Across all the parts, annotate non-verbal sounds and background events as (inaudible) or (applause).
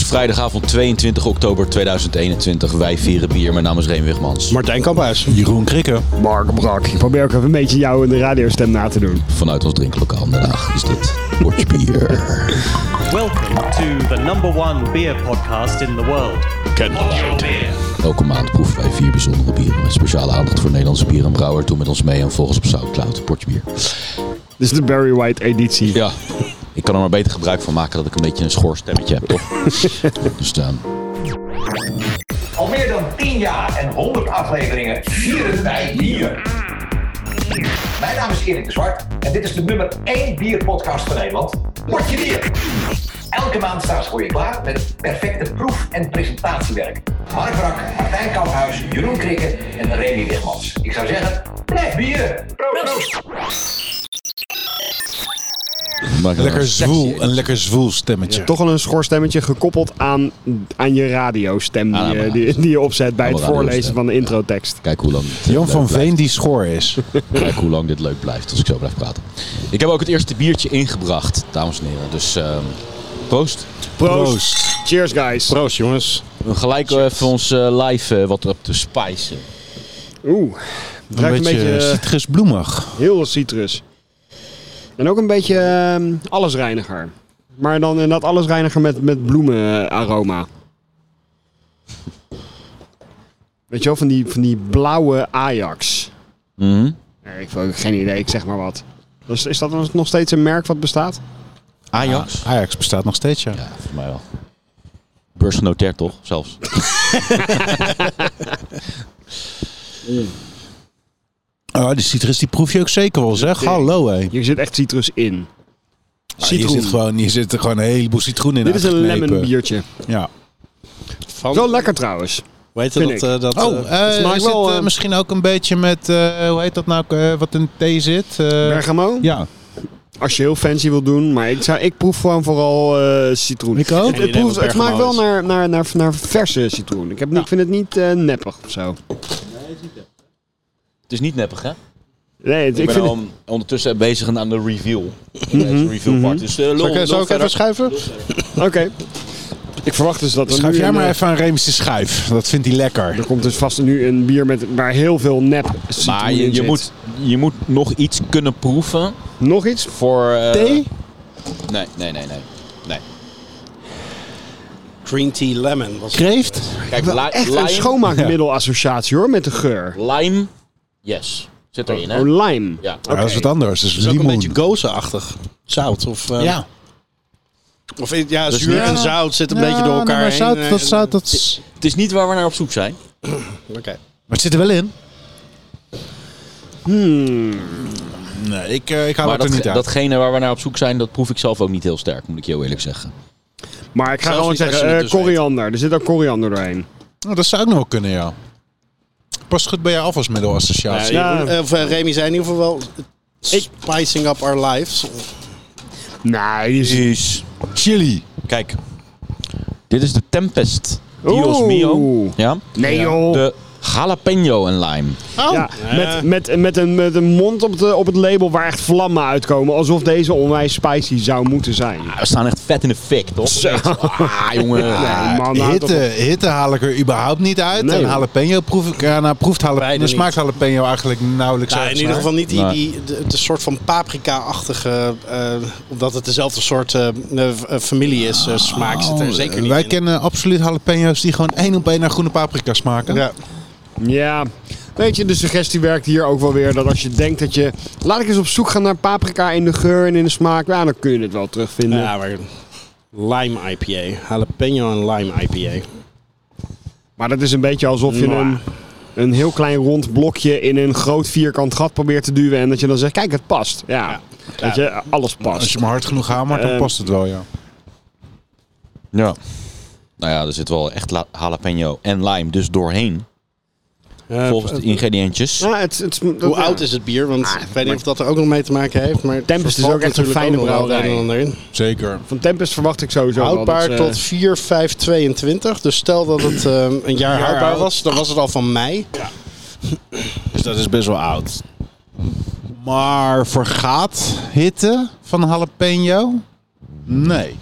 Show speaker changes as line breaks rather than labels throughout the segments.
Vrijdagavond 22 oktober 2021. Wij vieren bier. Mijn naam is Reen Wigmans.
Martijn Kamphuis.
Jeroen Krikke.
Mark Brak. Ik probeer ook even een beetje jou in de radiostem na te doen.
Vanuit ons drinklokaal in Den Haag is dit Potje Bier.
(laughs)
Welcome to the number one beer podcast in the world. Uh-huh. Your beer.
Elke maand proeven wij vier bijzondere bieren. Met speciale aandacht voor Nederlandse bier en brouwer. Doe met ons mee en volg ons op Soundcloud. Potje Bier.
Dit is de Barry White editie.
Ja, ik kan er maar beter gebruik van maken dat ik een beetje een schor stemmetje
(laughs)
heb, toch? dus dan.
Al meer dan 10 jaar en 100 afleveringen vieren wij bier. Mijn naam is Erik de Zwart en dit is de nummer 1 bierpodcast van Nederland. Word je bier! Elke maand staan ze voor je klaar met perfecte proef- en presentatiewerk. Mark Brak, Martijn Kamphuis, Jeroen Krikke en Remy Wigmans. Ik zou zeggen, blijf bieren! Proost!
Maak er
Lekker
een
zwoel,
sexy-
een lekker zwoel stemmetje.
Toch wel een schorstemmetje gekoppeld aan, aan je radiostem
Aan
die,
mijn
je- die, die je opzet bij
Aan
het
mijn
voorlezen
radiostem.
van de introtekst.
Kijk hoe lang. dit, eh,
Jan van
leuk
Veen die schoor is.
blijft. Kijk hoe lang dit leuk blijft als ik zo blijf praten. Ik heb ook het eerste biertje ingebracht, dames en heren. Dus ehm proost.
Proost.
Proost.
Cheers, guys.
Proost jongens.
We gelijk even ons eh, live eh, wat op te spicen.
Oeh, het
Een
ruikt een
beetje
beetje eh,
citrusbloemig.
heel citrus. En ook een beetje ehm, allesreiniger. Maar dan inderdaad allesreiniger met, met bloemenaroma. Weet je wel, van die, van die blauwe Ajax.
Mhm.
Nee, ik heb geen idee, ik zeg maar wat. Dus is dat nog steeds een merk wat bestaat?
Ajax?
Ajax bestaat nog steeds, ja.
Ja, voor mij wel. Beursgenoteerd toch, zelfs.
Oh, die citrus die proef je ook zeker wel, zeg. Hallo, hé.
Hier zit echt citrus in.
Ah, Hier zit, gewoon, hier zit er gewoon een heleboel citroen in
Dit is een
uitgeknepen.
lemon biertje.
Ja.
Van,
Wel lekker trouwens.
Weet je
vind
dat...
ik.
eh, dat
Oh,
eh,
eh,
smaakt
zit
wel,
eh,
eh,
misschien ook een beetje met, eh, hoe heet dat nou, eh, wat in thee zit? Eh,
Bergamo,
ja,
als je heel fancy wil doen. Maar ik, zou, ik proef gewoon vooral eh, citroen.
Ik ook.
Het, het,
idee
proeft-
wat
het smaakt wel
Bergamo
naar, naar, naar, naar verse citroen. Ik, heb, niet- ik vind het niet eh, neppig of zo.
Het is niet neppig, hè?
Nee, het-
Ik
ik
ben
vind
al bezig bezig aan de reveal. Deze reveal part. Dus eh, lul,
Zal ik,
lul
zal ik
verder.
even schuiven?
het... Oké. Ik verwacht dus dat er
schuif
nu
jij
een,
maar
eh,
even aan Remische schuif. Dat vindt hij lekker.
Er komt dus vast nu een bier met, waar heel veel nep citroen
Maar
in
je, je,
zit.
moet, je moet nog iets kunnen proeven
Nog iets?
voor... eh,
Thee?
Nee, nee, nee, nee. nee.
Green tea lemon. Was
Kreeft?
Kijk, li-
Echt
lime,
een schoonmaakmiddelassociatie hoor, met de geur.
lime, yes. Zit erin, hè?
Oh, lime.
Ja.
Ja, dat is wat anders. Dat is
is ook een
limoen.
beetje gozenachtig. Zout of... eh,
ja.
Of in- ja, zuur
ja.
en zout zitten een
Ja,
beetje door elkaar
nou, maar zout,
heen.
Dat
Eh,
zout, dat... is-
Het is niet waar we naar op zoek zijn.
Oké.
Maar het zit er wel in.
Hmm.
Nee, ik, eh, ik hou
Maar
het er
dat,
niet uit.
datgene waar we naar op zoek zijn, dat proef ik zelf ook niet heel sterk, moet ik je heel eerlijk zeggen.
Maar ik ga
Zelfs
gewoon
niet als
zeggen,
je het
eh,
dus weet.
koriander. Er zit ook koriander doorheen.
Nou, dat zou ook nog wel kunnen, ja. Past goed bij je afwasmiddelassociatie.
Nou,
ja.
Ja.
Jeroen- Of eh, Remy zei in ieder geval wel... Spicing up our
Oh.
lives.
Nee, die is...
Precies.
Chili.
Kijk, dit is de Tempest. Dios
Oeh.
mio. Ja?
Nee joh.
De jalapeno en lime.
Oh,
Ja, met, met, met, een, met een mond op, de, op het label waar echt vlammen uitkomen. Alsof deze onwijs spicy zou moeten zijn.
Ah, We staan echt vet in de fik, toch? Ah,
(laughs)
jongen.
Nee,
Oh,
man, nou,
Hitte,
toch-
hitte haal ik er überhaupt niet uit.
Nee,
en
hoor.
jalapeno proef ik... Ja, nou, proeft jalapeno,
Beide niet.
smaakt jalapeno eigenlijk nauwelijks
Nou,
uit,
in ieder
maar-
geval niet die,
Nee.
die, de, de soort van paprika-achtige, eh, omdat het dezelfde soort eh, eh, v- eh, familie is, eh, smaak zit
Oh,
er zeker niet
Wij
in.
kennen absoluut jalapeno's die gewoon één op één naar groene paprika smaken.
Ja.
Ja, weet je, de suggestie werkt hier ook wel weer. Dat als je denkt dat je... Laat ik eens op zoek gaan naar paprika in de geur en in de smaak. Ja, dan kun je het wel terugvinden.
Ja, maar lime IPA, jalapeno en lime IPA.
Maar dat is een beetje alsof je
Nou.
een, een heel klein rond blokje in een groot vierkant gat probeert te duwen. En dat je dan zegt, kijk, het past. Ja, weet je,
Als
alles past.
je maar hard genoeg hamert, dan
Ehm.
past het wel, ja.
Ja. Nou ja, er zit wel echt la- jalapeno en lime dus doorheen. volgens de ingrediëntjes.
Ja, het, het, dat-
Hoe
ja.
oud is het bier? Want ik weet niet of dat er ook nog mee te maken heeft. Maar het
Tempest is
vervalt
ook echt een
natuurlijk
fijne
nog wel het
brouwerij.
een en ander in.
Zeker.
Van Tempest verwacht ik sowieso wel
Houdbaar
dat ze-
tot 4, 5, 22. Dus stel dat het eh, een jaar houdbaar
oud.
was, dan was het al van mei.
Dus dat is best wel oud. Maar vergaat hitte van jalapeno? Nee.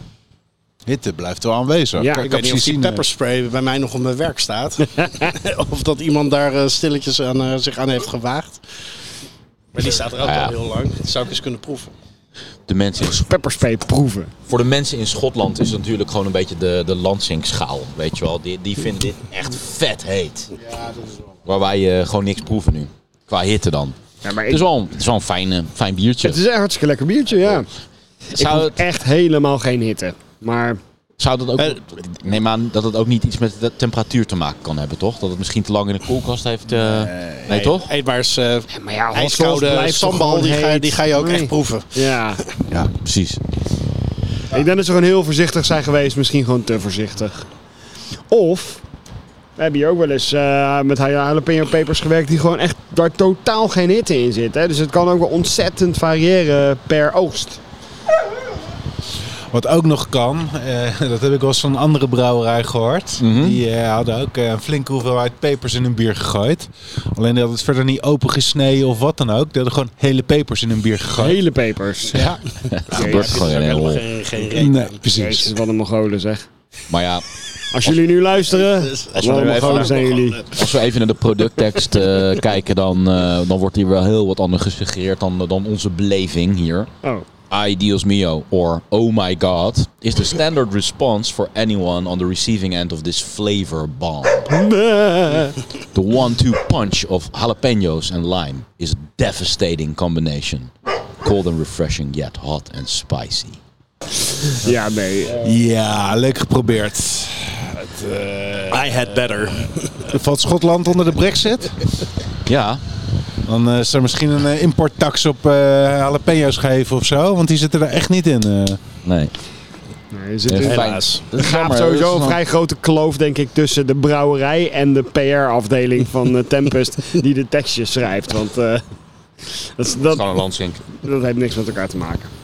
hitte blijft wel aanwezig.
Ja.
Kijk,
Ik weet niet of die
zien,
pepperspray bij mij nog op mijn werk (laughs) staat. of dat iemand daar eh, stilletjes aan, eh, zich aan heeft gewaagd. Ah, Maar die staat er ook
Ja.
al heel lang. Dat zou ik eens kunnen proeven.
De mensen in Scho-
Pepperspray proeven.
voor de mensen in Schotland is het natuurlijk gewoon een beetje de, de Lansing-schaal. Weet je wel, die, die vinden dit echt vet heet. Ja, dat is wel. Waar wij eh, gewoon niks proeven nu. Qua hitte dan.
Ja, maar
Het is wel een, het is wel een fijn, eh, fijn biertje.
Het is een hartstikke lekker biertje, ja.
Zou
Ik
het,
proef echt helemaal geen hitte. Maar
zou dat ook,
Eh,
ik neem aan dat het ook niet iets met de temperatuur te maken kan hebben, toch? Dat het misschien te lang in de koelkast heeft. eh, nee, toch?
Eet maar eens eh,
Maar ja, hot sauce
ijskoude
blijft toch
sambal.
gewoon
Die ga,
heet?
die ga je ook
Nee.
echt proeven.
ja,
Ja, precies.
ik denk dat ze gewoon heel voorzichtig zijn geweest. Misschien gewoon te voorzichtig. Of, we hebben hier ook wel eens eh, met jalapeno pepers gewerkt die gewoon echt daar totaal geen hitte in zit. Hè? Dus het kan ook wel ontzettend variëren per oogst.
Wat ook nog kan, eh, dat heb ik wel eens van een andere brouwerij gehoord. Die eh, hadden ook eh, een flinke hoeveelheid pepers in hun bier gegooid. Alleen die hadden het verder niet opengesneden of wat dan ook. Die hadden gewoon hele pepers in hun bier gegooid.
Hele pepers.
Ja,
Gebeurt gewoon in een
Helemaal
rol.
geen, geen reet (laughs)
nee,
aan.
precies.
Jezus, wat een Mongolen zeg.
Maar ja,
Als jullie nu luisteren,
als
wat
we
een
nu even-
Mongolen zijn jullie.
als we even naar de producttekst eh, kijken, dan, eh, dan wordt hier wel heel wat anders gesuggereerd dan, dan onze beleving hier.
Oh,
I Dios Mio or Oh My God is the standard response for anyone on the receiving end of this flavor bomb. the one-two punch of jalapenos and lime is a devastating combination. Cold and refreshing, yet hot and spicy. eh,
ja nee.
Ja, leuk geprobeerd.
I had better.
(laughs) Valt Schotland onder de brexit?
Ja,
Dan eh, is er misschien een eh, importtax op eh jalapeno's geven of zo. Want die zitten er echt niet in. eh.
nee.
Nee, er zit
Eh,
een-
Helaas.
Dat is
Er gaat
jammer,
sowieso
dat
een
is
vrij grote kloof, denk ik, tussen de brouwerij en de PR-afdeling van eh, Tempest die de tekstjes schrijft. Want eh, dat, is- dat,
dan- Gewoon een landsink.
dat heeft niks met elkaar te maken.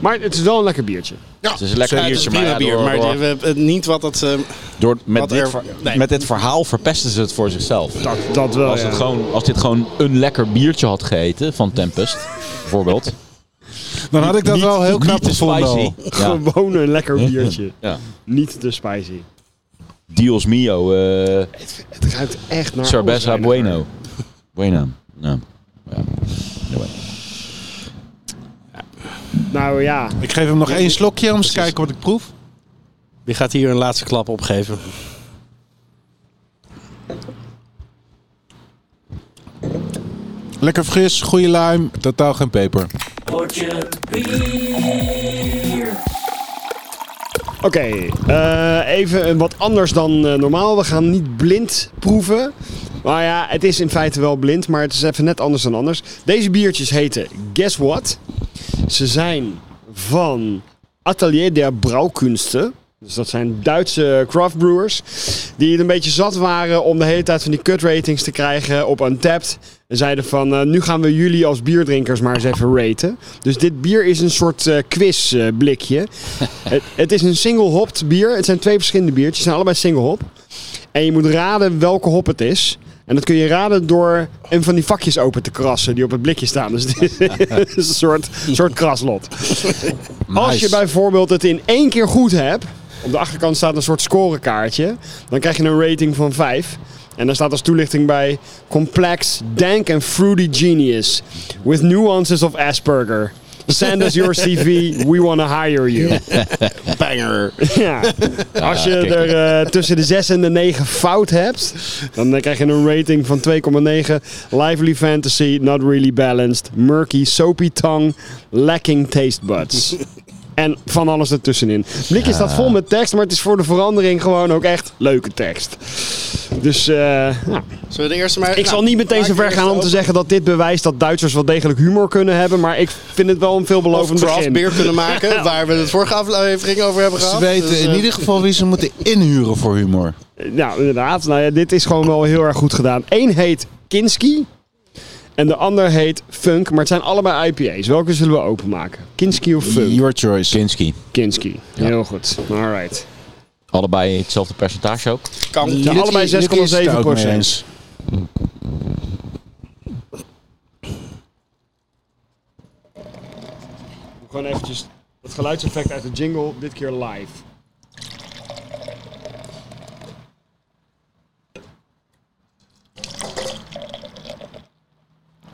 Maar het is wel een lekker biertje.
Het is een lekker
Ja, het is
biertje,
een
maar,
prima
ja,
bier,
door-
maar
door-
die- we- het- niet wat het... eh,
door, met,
wat
dit,
er-
ver-
nee. eh,
met dit verhaal verpesten ze het voor zichzelf.
Dat, dat wel.
Als, het
ja.
gewoon, als dit gewoon een lekker biertje had geheten van Tempest,
(laughs)
bijvoorbeeld.
Dan had ik dat
Niet-
wel heel
niet
knap
te
gevonden.
spicy.
al.
Ja.
Gewoon een lekker biertje.
(laughs) Ja.
Niet te spicy.
Dios mio, eh
Het ruikt echt naar.
Cerveza
olijven.
bueno. Bueno. Nou, ja. Anyway.
Nou ja,
Ik geef hem nog één slokje om eens te kijken wat ik proef.
Wie gaat hier een laatste klap opgeven?
Lekker fris, goede luim, totaal geen peper.
oké. eh, even wat anders dan eh, normaal. We gaan niet blind proeven. Maar ja, het is in feite wel blind, maar het is even net anders dan anders. Deze biertjes heten Guess What. Ze zijn van Atelier der Brouwkunsten. Dus dat zijn Duitse craft brewers. Die het een beetje zat waren om de hele tijd van die cut ratings te krijgen op Untapped. En zeiden van, eh, nu gaan we jullie als bierdrinkers maar eens even raten. Dus dit bier is een soort eh, quiz quizblikje. het, het is een single hopped bier. Het zijn twee verschillende biertjes. Het zijn allebei single hop. En je moet raden welke hop het is. En dat kun je raden door een van die vakjes open te krassen die op het blikje staan. Dus het is- het is een soort, soort kraslot. Als je bijvoorbeeld het in één keer goed hebt, op de achterkant staat een soort scorekaartje, dan krijg je een rating van 5. En daar staat als toelichting bij complex, dank and fruity genius with nuances of Asperger. Send us your CV, we want to hire you.
Banger.
(laughs) Ja. Als je
kijk.
er eh, tussen de 6 en de 9 fout hebt, dan eh, krijg je een rating van 2,9. Lively fantasy, not really balanced. Murky, soapy tongue, lacking taste
(laughs)
buds. En van alles ertussenin. Blikje staat vol met tekst, maar het is voor de verandering gewoon ook echt leuke tekst. Dus eh, nou,
Zullen we de eerste maar...
ik zal niet meteen zo ver gaan om te zeggen dat dit bewijst dat Duitsers wel degelijk humor kunnen hebben. Maar ik vind het wel een
Of
veelbelovend
craft
begin.
beer kunnen
(laughs)
maken, waar we het vorige aflevering over hebben gehad.
Ze weten
Dus, eh,
in ieder geval wie ze moeten inhuren voor humor.
Nou, inderdaad. Nou ja, dit is gewoon wel heel erg goed gedaan. Eén heet Kinski. En de ander heet Funk. Maar het zijn allebei IPA's. Welke zullen we openmaken? Kinski of Funk?
Your choice.
Kinski.
Kinski. Heel goed. Alright.
Allebei hetzelfde percentage ook.
kan-
Ja,
dit-
allebei
Dit is het
6,7
ook mee
procent.
eens.
Gewoon eventjes het geluidseffect uit de jingle. Dit keer live.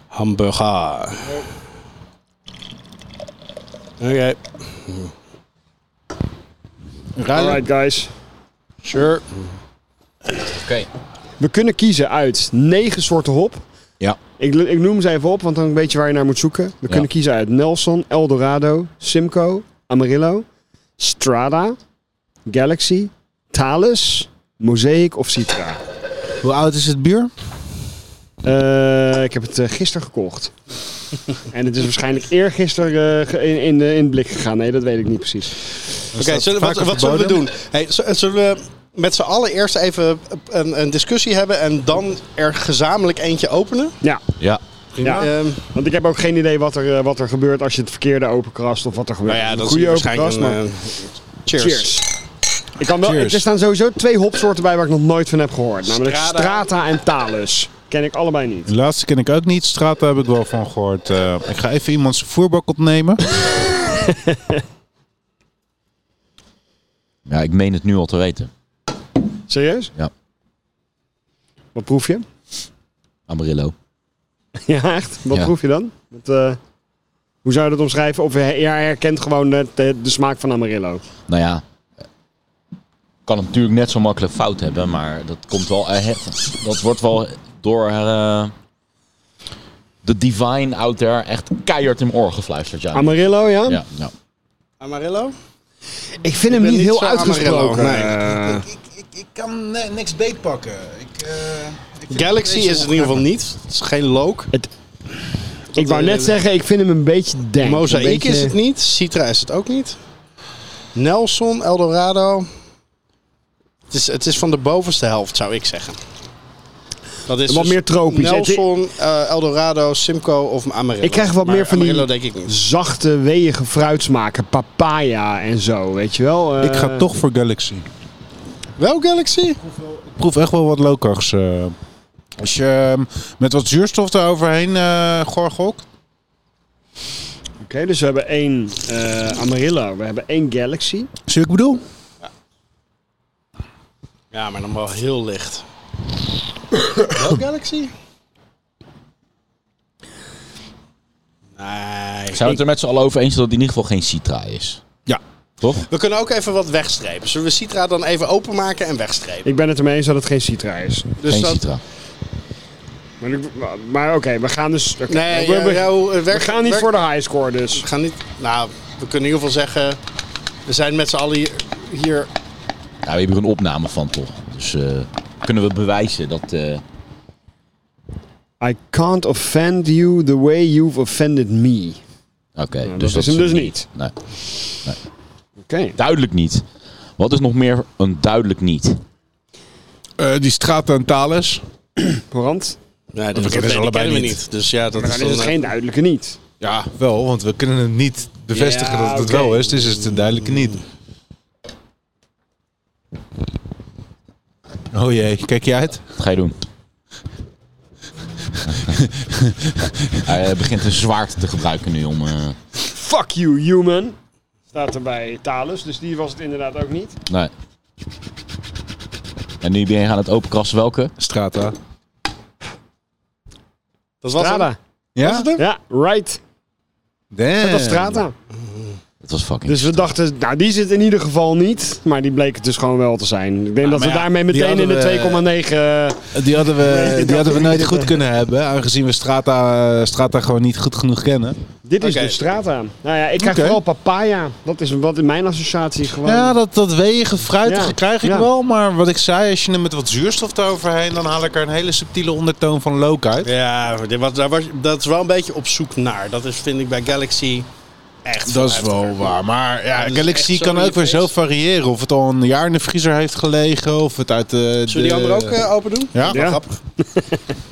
Hamburger. Oké. Ruilen?
Alright guys.
Sure.
We kunnen kiezen uit negen soorten hop.
Ja.
Ik, ik noem ze even op, want dan weet je waar je naar moet zoeken. We kunnen kiezen uit Nelson, Eldorado, Simcoe, Amarillo, Strada, Galaxy, Thales, Mosaic of Citra.
Hoe oud is het bier?
Eh, ik heb het eh, gisteren
(laughs)
gekocht. en het is waarschijnlijk eergisteren eh, ge- in, in, de- in het blik gegaan. Nee, dat weet ik niet precies.
Oké, zullen- wat,
vaker
wat zullen we
verboden?
doen? Hey, z- zullen we met z'n allen eerst even een, een discussie hebben en dan er gezamenlijk eentje openen?
Ja,
Ja.
ja.
Ehm,
want ik heb ook geen idee wat er, eh, wat er gebeurt als je het verkeerde openkrast of wat er gebeurt.
nou ja,
Een
dat
goede
is waarschijnlijk een,
openkrast, maar-
eh, cheers.
Cheers. Ik kan wel,
Cheers.
er staan sowieso twee hopsoorten bij waar ik nog nooit van heb gehoord. Namelijk
Strada.
Strata en Talus. Ken ik allebei niet.
De laatste ken ik ook niet. Strata heb ik wel van gehoord. Eh, ik ga even iemands voerbak opnemen.
Ja, ik meen het nu al te weten.
Serieus?
Ja.
Wat proef je? (laughs)
Amarillo.
Ja, echt? Wat
Ja.
proef je dan? Met, eh, hoe zou je dat omschrijven? Of je her- ja, herkent gewoon de, de, de smaak van Amarillo.
Nou ja. Kan het natuurlijk net zo makkelijk fout hebben, maar dat komt wel. eh, het- dat wordt wel door eh, de divine out there echt keihard in mijn oor gefluisterd. Ja,
Amarillo, ja?
ja, ja.
Amarillo?
Ik vind hem
ben
niet
niet
heel
zo
uitgesproken. Eh,
Amarillo,
kan niks beet pakken. eh,
Galaxy is het in ieder geval niet. Het is geen Loke.
ik wou net zeggen, ik vind hem een beetje denk.
Mosaic
Een beetje-
is het niet. Citra is het ook niet. Nelson, Eldorado. Het is, het is van de bovenste helft, zou ik zeggen. Dat is dus
Wat meer tropisch.
Nelson, eh, Eldorado, Simcoe of Amarillo.
Ik krijg wat
Maar
meer van die-
Amarillo denk ik niet.
Zachte, weeige fruitsmaken. Papaya en zo, weet je wel.
Ik ga
Eh,
toch voor Galaxy.
Wel Galaxy?
Ik proef echt wel wat lokars. eh. als je ehm, met wat zuurstof eroverheen eh gorgelt.
Oké, dus we hebben één eh, Amarillo, we hebben één Galaxy.
Zie je wat ik bedoel?
Ja, maar dan wel heel
(coughs)
licht. wel Galaxy? Nee.
Zijn we het er met z'n allen over eens dat het in ieder geval geen Citra is?
Ja.
Toch?
We kunnen ook even wat wegstrepen. Zullen we Citra dan even openmaken en wegstrepen?
Ik ben het ermee eens dat het geen Citra is.
Dus
geen
dat-
Citra.
Maar, ik- maar- maar oké, we gaan dus... oké,
Nee,
we,
ja,
we-
jou, eh,
we
werk-
gaan niet
werk-
voor de highscore dus.
We gaan niet... Nou, we kunnen in ieder geval zeggen... We zijn met z'n allen hier... hier
Nou, we hebben er een opname van toch. Dus eh, kunnen we bewijzen dat. eh,
I can't offend you the way you've offended me.
Oké, dus
dat is hem dus niet.
Nee,
Oké.
duidelijk niet. Wat is nog meer een duidelijk niet?
Eh, die Strata en Thales.
Courant?
nee, dat,
kennen ze
dat- die
allebei
kennen we
niet.
niet. Dus ja, dat
Dan
is,
is het
dan, eh,
geen duidelijke niet.
Ja, wel, want we kunnen het niet bevestigen
Ja,
dat het het
oké.
wel is. Dus is het duidelijk niet. Oh jee, kijk je uit?
Wat ga je doen? (laughs) Hij eh, begint een zwaard te gebruiken nu om. eh,
Fuck you, human. Staat er bij Thales, dus die was het inderdaad ook niet.
nee. En nu ben je aan het openkrassen welke?
Strata.
Dat was hem.
Strada.
Ja?
Ja, right.
Damn.
Dat is Strada.
Dat was fucking.
Dus we dachten, nou die zit in ieder geval niet. Maar die bleek het dus gewoon wel te zijn. Ik denk
Nou,
dat we
maar ja,
daarmee
die
meteen in de
hadden we-
2,9... eh,
Die hadden we,
Nee,
die hadden we
dat-
nooit goed kunnen hebben, aangezien we Strata, eh, Strata gewoon niet goed genoeg kennen.
Dit is
Oké.
de Strata. Nou ja, ik krijg
Oké.
vooral papaya. Dat is wat in mijn associatie gewoon.
Ja, dat, dat weegige, fruitige
Ja,
krijg ik
ja.
wel. Maar wat ik zei, als je hem met wat zuurstof eroverheen, dan haal ik er een hele subtiele ondertoon van look uit.
Ja, dit was, daar was, dat is wel een beetje op zoek naar. Dat is, vind ik bij Galaxy echt
Dat is
vanuit.
wel waar. Maar ja,
dat is
Galaxy
echt zo
kan
in je
ook weer
face.
zo variëren. Of het al een jaar in de vriezer heeft gelegen, of het uit de...
Zullen we die andere ook eh, open doen?
Ja.
Wel
Ja.
grappig.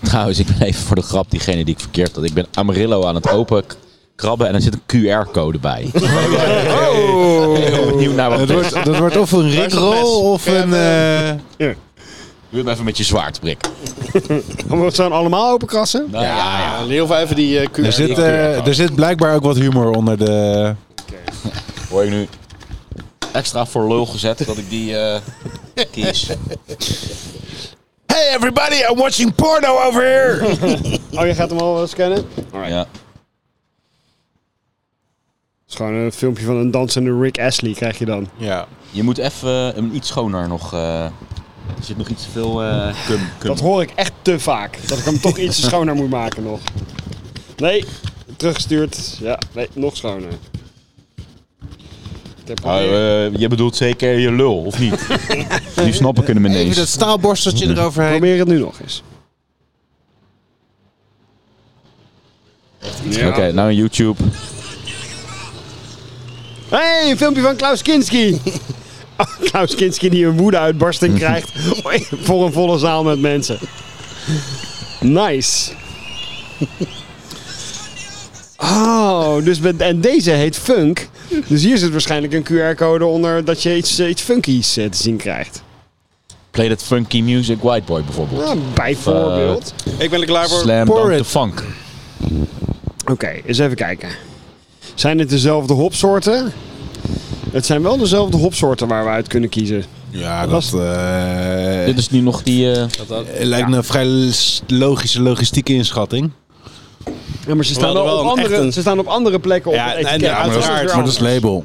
Trouwens, ik ben even voor de grap diegene die ik verkeerd had. Ik ben Amarillo aan het open k- krabben en er zit een QR-code bij. (laughs) Oh. Heel benieuwd naar wat
Dat
het is.
wordt, dat wordt of een
is het
Rickroll
mes?
of
Ja,
een... eh,
Doe hem even met je zwaard, prik.
(laughs) We zijn allemaal open krassen.
Nou, ja, ja.
Ja, Leer of even die eh, QR.
er, zit, eh, er zit blijkbaar ook wat humor onder de...
Hoor ik nu (laughs) extra voor lul gezet dat ik die eh, kies.
Hey everybody, I'm watching porno over here.
Oh, je gaat hem al eh, scannen?
Ja.
Het is gewoon een filmpje van een dansende Rick Astley krijg je dan.
ja.
Je moet even eh, hem iets schoner nog. eh, er zit nog iets te veel eh cum. cum.
Dat hoor ik echt te vaak. Dat ik hem toch
(laughs)
iets schoner moet maken nog. Nee, teruggestuurd. Ja, nee, nog schoner. Ik heb
Ah,
alweer-
eh, je bedoelt zeker je lul, of
(laughs)
niet? Die snappen kunnen me
Even dat
ineens.
staalborsteltje eroverheen.
Probeer het nu nog eens.
Oké, nou YouTube.
hey, een filmpje van Klaus Kinski. (laughs) Oh, Klaus Kinski die een woedeuitbarsting krijgt voor een volle zaal met mensen. Nice. Oh, dus met, en deze heet Funk. Dus hier zit waarschijnlijk een QR-code onder dat je iets, eh, iets funkies eh, te zien krijgt.
Play that funky music, white boy bijvoorbeeld.
Nou, bijvoorbeeld.
Ik ben er klaar voor.
Slam
Pour
dunk
it.
the funk.
Oké, eens even kijken. Zijn het dezelfde hopsoorten? Het zijn wel dezelfde hopsoorten waar we uit kunnen kiezen.
Ja, dat eh,
Dit is nu nog die... eh,
lijkt me een vrij s- logische logistieke inschatting.
Ja, maar ze staan,
hadden
wel op
wel een
andere,
echte-
ze staan op andere plekken op
Ja,
het
nee,
etiket.
nee,
Ja,
maar dat is-
uiteraard.
maar dat is
label.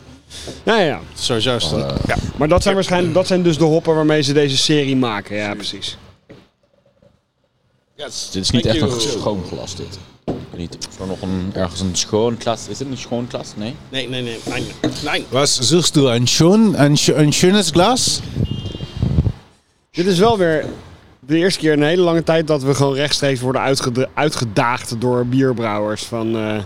Ja, ja.
Sowieso is dat.
Maar dat zijn waarschijnlijk dat zijn dus de hoppen waarmee ze deze serie maken. Ja, precies.
dit is niet echt een schoon glas, dit. Niet, is er nog een, ergens een schoon glas? Is dit een schoon glas? Nee?
Nee, nee, nee. Nein. Nein.
Was zoekst du een schoon, een, scho- een schönes glas?
Dit is wel weer de eerste keer in een hele lange tijd dat we gewoon rechtstreeks worden uitgeda- uitgedaagd door bierbrouwers. Van, eh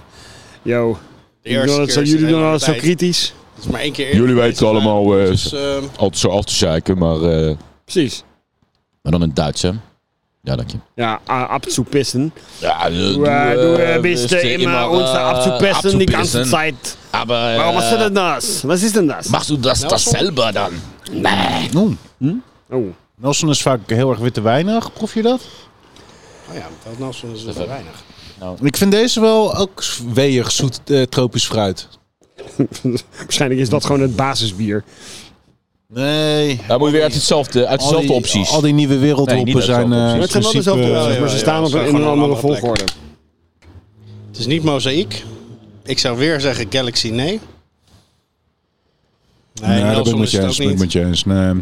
yo, jullie doen
eerste
het zo,
keer is
jullie
een
doen
hele
altijd zo
lange tijd.
kritisch.
Dat is maar één keer eerder
Jullie
geweest,
weten
maar-
allemaal eh,
Dus, ehm,
altijd zo af te zeiken, maar, eh,
Precies.
maar dan in het Duits, hè? Ja, dank je.
Ja, a- abzupissen.
Ja,
Ja, eh, du bist immer unser abzupissen eh, die ganze Zeit.
Aber,
Waarom was denn das? Wat is denn das?
machst du das dasselbe dan?
Mm.
Oh. (laughs)
Nelson is vaak heel erg witte wijnig, proef je dat?
Oh ja, dat Nelson is wel weinig.
Ik vind deze wel ook weeg zoet eh, tropisch fruit.
Waarschijnlijk is dat gewoon het basisbier.
Nee.
Dan moet je weer uit, hetzelfde, uit
Al
dezelfde
die,
opties.
Al die nieuwe wereldhoppen
Nee, niet
zijn...
dezelfde
eh,
opties.
Maar het zijn wel
in
dezelfde
principe-
opties, maar ze
ja,
staan
ja,
op
ze
een, in
gaan
een
gewoon
andere
op een andere
volgorde.
Het is niet mozaïek. Ik zou weer zeggen Galaxy nee. Nee,
Nee, dat ben ik met
is
je
het
eens. ben
ook
ik
niet.
met je eens. Nee,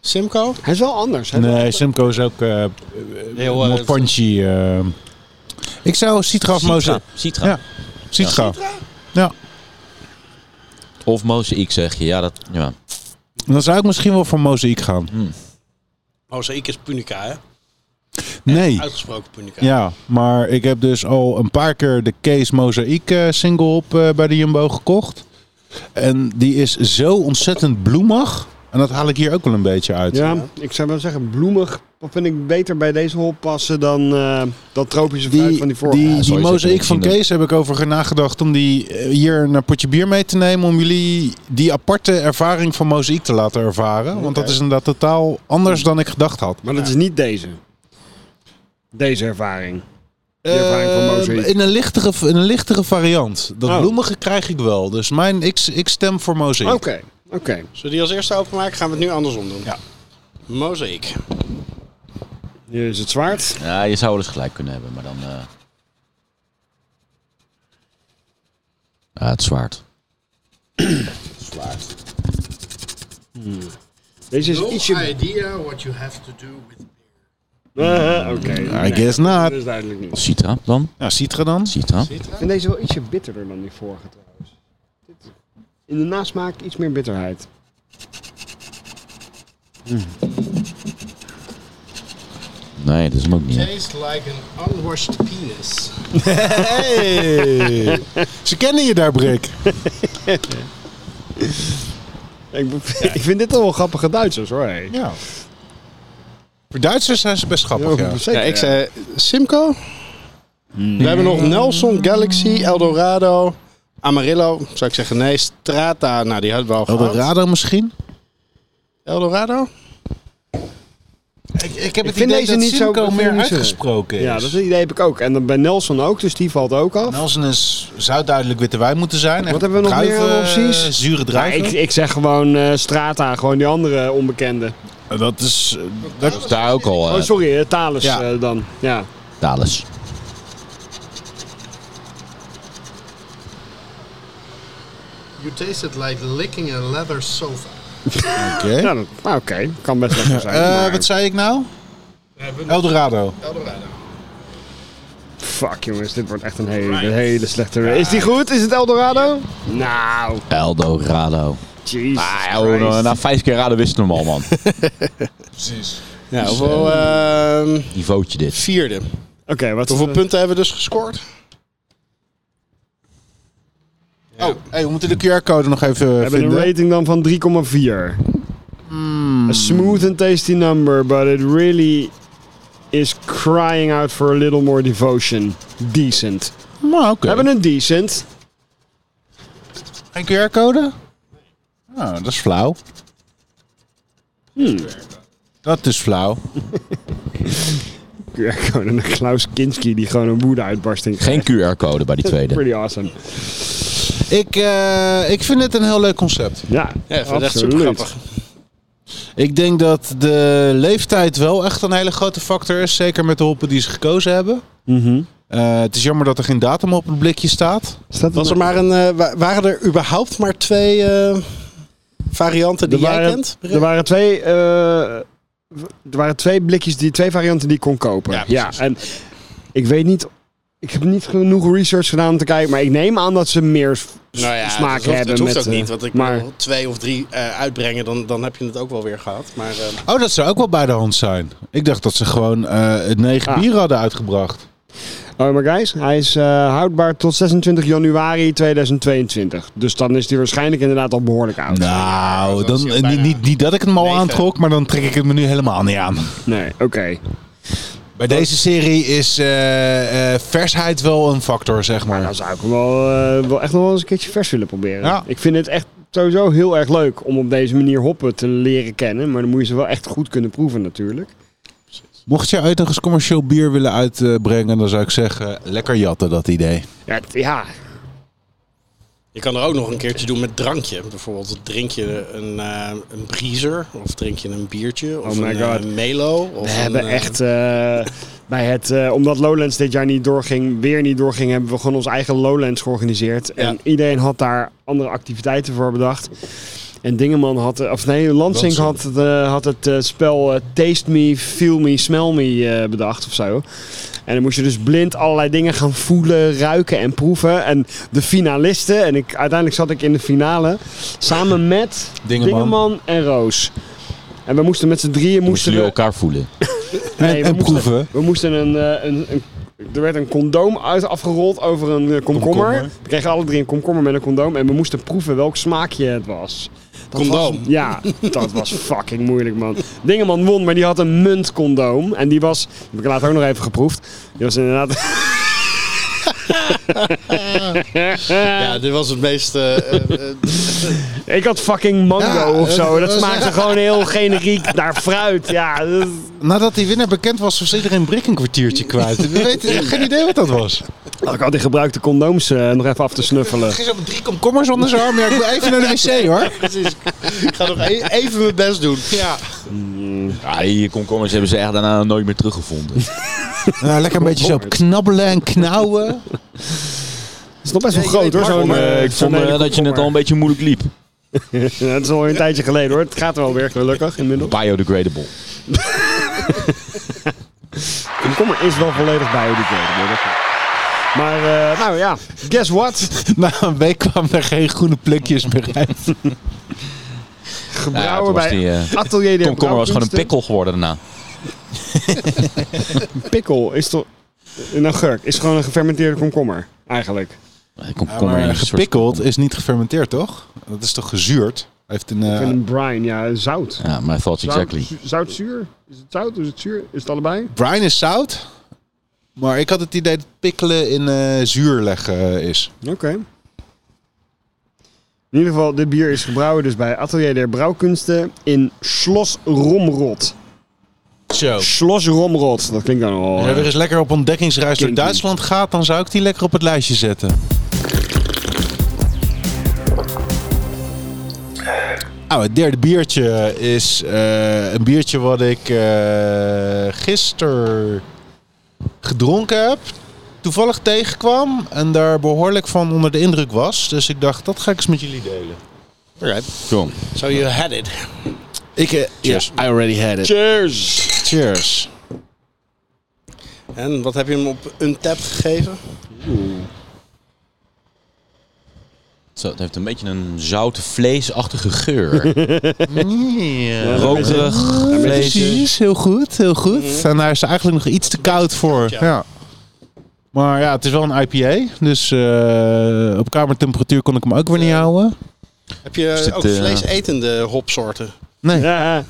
Simco?
Hij is wel anders. Hè?
nee Simcoe is ook eh
Heel, eh,
more punchy. eh. ik zou Citra of Moza...
Citra.
Ja, Citra. Ja.
Of Mozaïek zeg je, ja dat... Ja.
Dan zou ik misschien wel voor Mozaïek gaan.
Mozaïek is Punica, hè?
Nee.
Uitgesproken Punica.
Ja, maar ik heb dus al een paar keer de Kees Mozaïek eh, single op eh, bij de Jumbo gekocht. En die is zo ontzettend bloemig. En dat haal ik hier ook wel een beetje uit.
Ja, ik zou wel zeggen, bloemig vind ik beter bij deze hol passen dan eh, dat tropische fruit
Die,
van
die,
die vorige.
die,
zo is het
mozaïek van
ook zien,
Kees heb ik over nagedacht om die eh, hier een potje bier mee te nemen. Om jullie die aparte ervaring van mozaïek te laten ervaren. Want dat is inderdaad totaal anders dan ik gedacht had.
Maar dat is niet deze. Deze ervaring. Die ervaring van
Eh,
mozaïek.
in, een lichtere, in een lichtere variant. Dat
Oh.
bloemige krijg ik wel. Dus mijn, ik, ik stem voor mozaïek.
Oké, oké.
Zullen we die als eerste openmaken? Gaan we het nu andersom doen? Ja. Mozaïek.
Hier is het zwaard.
ja, je zou wel eens gelijk kunnen hebben, maar dan... eh Ja, het zwaard.
Deze is ietsje...
eh,
idea what you have to do with
Eh, oké.
I guess not.
Dat is duidelijk niet.
Citra dan?
Ja, Citra dan.
Citra.
Ik vind deze wel ietsje bitterder dan die vorige trouwens. Dit- In de nasmaak iets meer bitterheid.
Nee, dat is hem ook niet. hè.
Taste like an unwashed penis.
(laughs) Hey. Ze kennen je daar, Brik.
Ik, (laughs) ik vind dit toch wel grappige Duitsers hoor. hé.
Ja. Voor Duitsers zijn ze best grappig, ja.
Ja,
zeker,
ik zei Simco.
Mm.
We hebben nog Nelson, Galaxy, Eldorado, Amarillo. Zou ik zeggen nee. Strata, nou die hadden we al gehad.
Eldorado misschien?
Eldorado?
Ik, ik heb
vind deze niet zo-
Simcoe
ik vind
meer
niet zo-
uitgesproken is.
Ja, dat idee heb ik ook. En dan bij Nelson ook, dus die valt ook af.
Nelson is, zou duidelijk witte wijn moeten zijn. Echt
hebben we nog meer
druiven,
opties?
Zure
Ja,
druiven.
ik, ik zeg gewoon eh Strata, gewoon die andere onbekende.
Dat is...
Dat is daar ook al. eh,
Oh, sorry, eh, Thales
Ja.
eh, dan. Ja.
Thales.
You tasted like licking a leather sofa.
Oké.
ja dat- nou, oké. Kan best lekker zijn. maar-
Eh, wat zei ik nou? Eldorado.
Eldorado.
Fuck jongens, dit wordt echt een hele, hele slechte... Is die goed? Is het Eldorado? Nou,
Eldorado.
jeez.
Ah, ja, hoor, nou, na vijf keer raden wisten we hem al, man.
Ja, hoeveel, Dus, ehm,
Niveautje dit.
vierde.
Oké, wat...
Hoeveel
eh,
punten hebben we dus gescoord?
Oh, hey, we moeten de QR-code nog even
We hebben
vinden.
een rating dan van 3,4.
Hmm.
A smooth and tasty number, but it really is crying out for a little more devotion. Decent.
Maar
We
oké.
hebben een decent.
Geen QR-code? Nou, dat is flauw.
Hmm.
Dat is flauw.
Ja, gewoon een Klaus Kinski die gewoon een woede-uitbarsting
Geen QR-code bij die tweede.
Pretty awesome.
Ik, eh, ik vind het een heel leuk concept.
Ja,
Ja, ik vind het echt
absoluut.
super grappig.
Ik denk dat de leeftijd wel echt een hele grote factor is. Zeker met de hoppen die ze gekozen hebben.
Mhm.
Eh, het is jammer dat er geen datum op het blikje staat.
Staat nou-
Was er maar een, eh, wa- waren er überhaupt maar twee eh, varianten die
er
jij
waren,
kent?
Er waren twee. eh, er waren twee blikjes, die, twee varianten die ik kon kopen.
Ja,
en ik weet niet. Ik heb niet genoeg research gedaan om te kijken, maar ik neem aan dat ze meer s- smaak
Nou het hoeft,
hebben.
Het hoeft
met,
ook
eh,
niet, want ik
maar
wil twee of drie eh, uitbrengen, dan, dan heb je het ook wel weer gehad. Maar eh,
Oh, dat zou ook wel bij de hand zijn. Ik dacht dat ze gewoon eh, het negen
Ah.
bier hadden uitgebracht.
Oh, maar guys, hij is eh, houdbaar tot 26 januari 2022. Dus dan is hij waarschijnlijk inderdaad al behoorlijk oud.
Nou,
dat is
dan,
heel
niet,
bijna
niet, niet dat ik het al
negen.
aantrok, maar dan trek ik het me nu helemaal niet aan.
Nee, oké.
Bij deze serie is eh, eh, versheid wel een factor, zeg maar.
Dan zou ik hem wel, eh, wel echt nog wel eens een keertje vers willen proberen.
Ja.
Ik vind het echt sowieso heel erg leuk om op deze manier hoppen te leren kennen. Maar dan moet je ze wel echt goed kunnen proeven natuurlijk.
Mocht je ooit nog eens commercieel bier willen uitbrengen, dan zou ik zeggen, lekker jatten dat idee.
Ja, het- ja.
je kan er ook nog een keertje doen met drankje. Bijvoorbeeld drink je een, eh een briezer, of drink je een biertje, of
Oh my
een eh,
God.
melo. Of
we
een,
hebben
eh,
echt eh, bij het, eh, omdat Lowlands dit jaar niet doorging, weer niet doorging, hebben we gewoon ons eigen Lowlands georganiseerd. En iedereen had daar andere activiteiten voor bedacht. En Dingeman had, eh, of nee, Lansing had, het, eh, had het eh, spel eh, Taste Me, Feel Me, Smell Me eh, bedacht of zo. En dan moest je dus blind allerlei dingen gaan voelen, ruiken en proeven. En de finalisten, en ik, uiteindelijk zat ik in de finale, samen met
Dingeman.
Dingeman, en Roos. En we moesten met z'n drieën
Moesten
moesten
jullie
we,
elkaar voelen?
Nee, we
en
moesten-
proeven.
We moesten een, eh, een, een- Er werd een condoom uit afgerold over een eh, komkommer.
Komkommer.
We kregen alle drie een komkommer met een condoom. En we moesten proeven welk smaakje het was. Dat
Condoom?
was- ja, dat was fucking moeilijk, man. Dingeman won, maar die had een muntcondoom. En die was. Die heb ik later ook nog even geproefd. Die was inderdaad. (laughs)
Ja, dit was het meest... eh, eh, (laughs) eh,
Ik had fucking mango
Ja,
of zo.
dat
Dat
was-
smaakte gewoon heel generiek naar fruit. Ja, dat-
Nadat die winnaar bekend was, was iedereen Brik een kwartiertje kwijt. We weten echt geen idee wat dat was.
ik had die gebruikte condooms eh, nog even af te snuffelen.
Geen zo'n drie komkommers onder zijn arm. Ja, ik wil even naar de wc hoor.
precies. Ik ga nog e- even mijn best doen. Ja.
Ja, die komkommers hebben ze echt daarna nooit meer teruggevonden.
Nou, lekker een beetje zo knabbelen en (laughs) knauwen.
Het is nog best wel
Ja,
groot
ik
hoor,
weet
zo'n...
maar-
Eh, ik vond eh, dat je het al een beetje moeilijk liep.
beetje... Dat is al een tijdje geleden hoor. Het gaat wel weer gelukkig inmiddels.
Biodegradable.
De komkommer is wel volledig bij jullie Maar eh, nou ja, guess what?
Na Nou, een week kwamen er geen groene plekjes meer uit.
Ja,
Gebrouwen
toen was
bij
die, eh,
Atelier de
Komkommer was gewoon een
Brouwkunsten.
pikkel geworden daarna.
Pikkel is toch... Een augurk is gewoon een gefermenteerde komkommer. Eigenlijk.
Eh, Komkommer is een soort-
gepikkeld is niet gefermenteerd, toch? Dat is toch gezuurd? Heeft een, eh,
En een brine, ja, zout.
Ja, my thoughts
Zout,
exactly.
zu- Zoutzuur? Is het zout? Is het zuur? Is het allebei?
Brian is zout. Maar ik had het idee dat pikkelen in eh, zuur leggen eh, is.
Oké. In ieder geval, dit bier is gebrouwen dus bij Atelier der Brouwkunsten in Schloss Romrod.
Zo.
Schloss Romrod, dat klinkt dan al...
Als je weer eens lekker op ontdekkingsreis door
Kinky.
Duitsland gaat, dan zou ik die lekker op het lijstje zetten. Nou, het derde biertje is eh, een biertje wat ik eh gisteren gedronken heb. Toevallig tegenkwam en daar behoorlijk van onder de indruk was. Dus ik dacht, dat ga ik eens met jullie delen.
John.
So you had it.
Ik, eh,
Cheers. I already had it. Cheers.
ja, cheers.
En wat heb je hem op een tap gegeven?
Zo, het heeft een beetje een zoute vleesachtige geur. Rokerig vlees.
Precies, heel goed, heel goed. En daar is er eigenlijk nog iets te koud voor. Mhm. Ja. Maar ja, het is wel een IPA, dus eh, op kamertemperatuur kon ik hem ook weer niet houden.
Heb je
dit,
ook
eh,
vleesetende hopsoorten?
Nee,
Ja,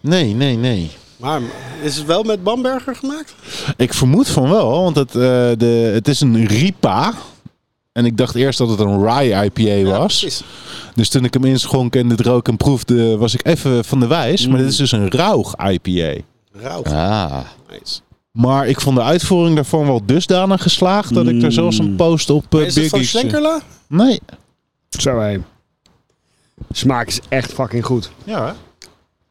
nee, nee, nee.
Maar is het wel met Bamberger gemaakt?
Ik vermoed van wel, want het, eh, de, het is een RIPA. En ik dacht eerst dat het een rye IPA was. dus toen ik hem inschonk en dit rook en proefde, was ik even van de wijs. Maar dit is dus een rauw IPA.
Rauw.
Ah,
Nice.
Maar ik vond de uitvoering daarvan wel dusdanig geslaagd dat ik er zelfs een post op eh,
Is het van
Biggies-
Slenkerla?
Nee.
zo hé. Smaak is echt fucking goed.
Ja,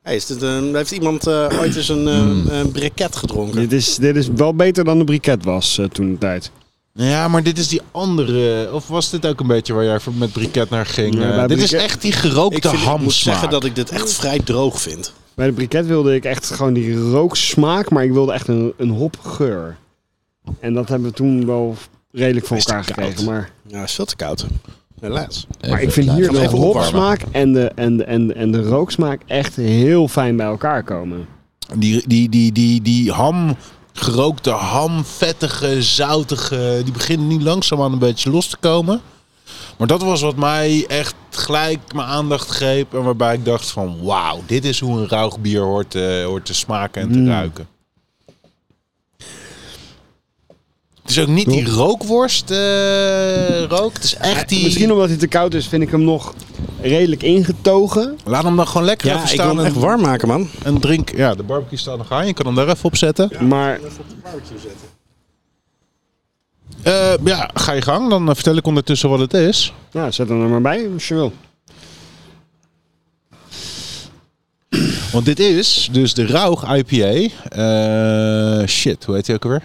Hey, is dit een, heeft iemand eh, ooit eens een, eh, een briket gedronken?
Dit is, dit is wel beter dan de briket was eh, toen de tijd.
Ja, maar dit is die andere. Of was dit ook een beetje waar jij voor- met briket naar ging?
Ja,
Eh,
bij
dit is
briket-
echt die gerookte
vind- ik
ham
moet zeggen dat ik dit echt vrij droog vind.
Bij de briket wilde ik echt gewoon die rooksmaak, maar ik wilde echt een, een hopgeur. En dat hebben we toen wel redelijk voor
Is te
elkaar
koud.
gekregen. Maar,
Ja, is veel te koud. Helaas.
maar ik
even
vind hier
laten-
de
even opwarmen.
hopsmaak en de, en, de, en, de, en de rooksmaak echt heel fijn bij elkaar komen.
Die, die, die, die, die ham, gerookte ham, vettige, zoutige, die begint nu langzaamaan een beetje los te komen. Maar dat was wat mij echt gelijk mijn aandacht greep. En waarbij ik dacht van, wauw, dit is hoe een rauw bier hoort, eh, hoort te smaken en te ruiken. Het is ook niet die rookworst eh, rook. Het is echt die...
Misschien omdat hij te koud is, vind ik hem nog redelijk ingetogen.
Laat hem dan gewoon lekker even staan. en,
warm maken, man.
en drink. Ja, de barbecue staat nog aan. Je kan hem daar even op zetten.
Maar
Eh, ja, ga je gang. Dan eh, vertel ik ondertussen wat het is.
ja, zet hem er maar bij als je wil.
Want dit is dus de Rauw IPA. Eh, shit, hoe heet die ook alweer?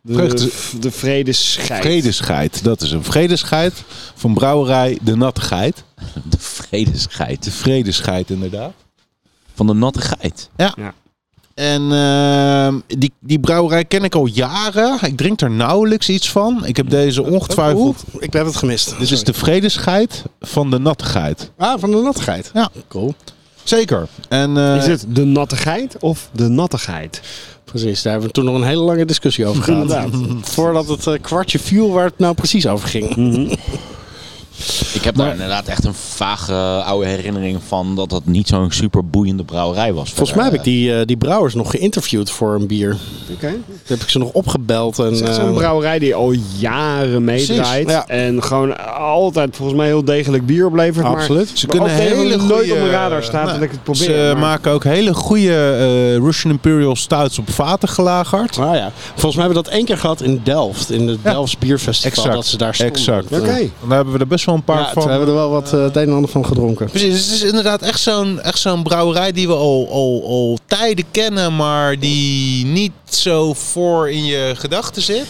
De,
Vreugde-
de vredeschijf.
Vredescheit. Dat is een vredescheit van brouwerij De Natte Geit.
De vredesgeit.
De vredescheit inderdaad.
Van de natte geit.
En ehm, die, die brouwerij ken ik al jaren. Ik drink er nauwelijks iets van. Ik heb deze ongetwijfeld...
Ik heb het gemist.
Dit is de vredescheit van De Natte Geit.
Dus- Ah, van de nattigheid.
Ja.
Cool.
Zeker. En, eh,
Is het de nattigheid of de nattigheid?
Precies, daar hebben we toen nog een hele lange discussie over gehad. Voordat het eh, kwartje viel waar het nou precies over ging.
Ik heb daar inderdaad echt een vage eh, oude herinnering van dat dat niet zo'n super boeiende brouwerij was.
Volgens mij heb ik die, eh, die brouwers nog geïnterviewd voor een bier.
Oké.
Toen heb ik ze nog opgebeld. En,
Het is echt
eh,
zo'n brouwerij die al jaren meedraait.
Precies, ja.
En gewoon altijd volgens mij heel degelijk bier oplevert.
Absoluut.
Ze
Maar
kunnen
ook de hele
hele
nooit
goede...
op mijn radar staat dat ik het probeer,
Ze
maar-
maken ook hele goede eh, Russian Imperial Stouts op vaten gelagerd.
Ah ja, volgens mij hebben we dat één keer gehad in Delft, in het
Ja.
Delfts Bierfestival,
Exact,
dat ze daar stonden.
exact.
Eh,
Oké.
En daar hebben we er best wel een paar
Ja,
van.
toen hebben we er wel wat eh, het een en ander van gedronken.
Precies, het is inderdaad echt zo'n echt zo'n brouwerij die we al, al, al tijden kennen, maar die niet zo voor in je gedachten zit.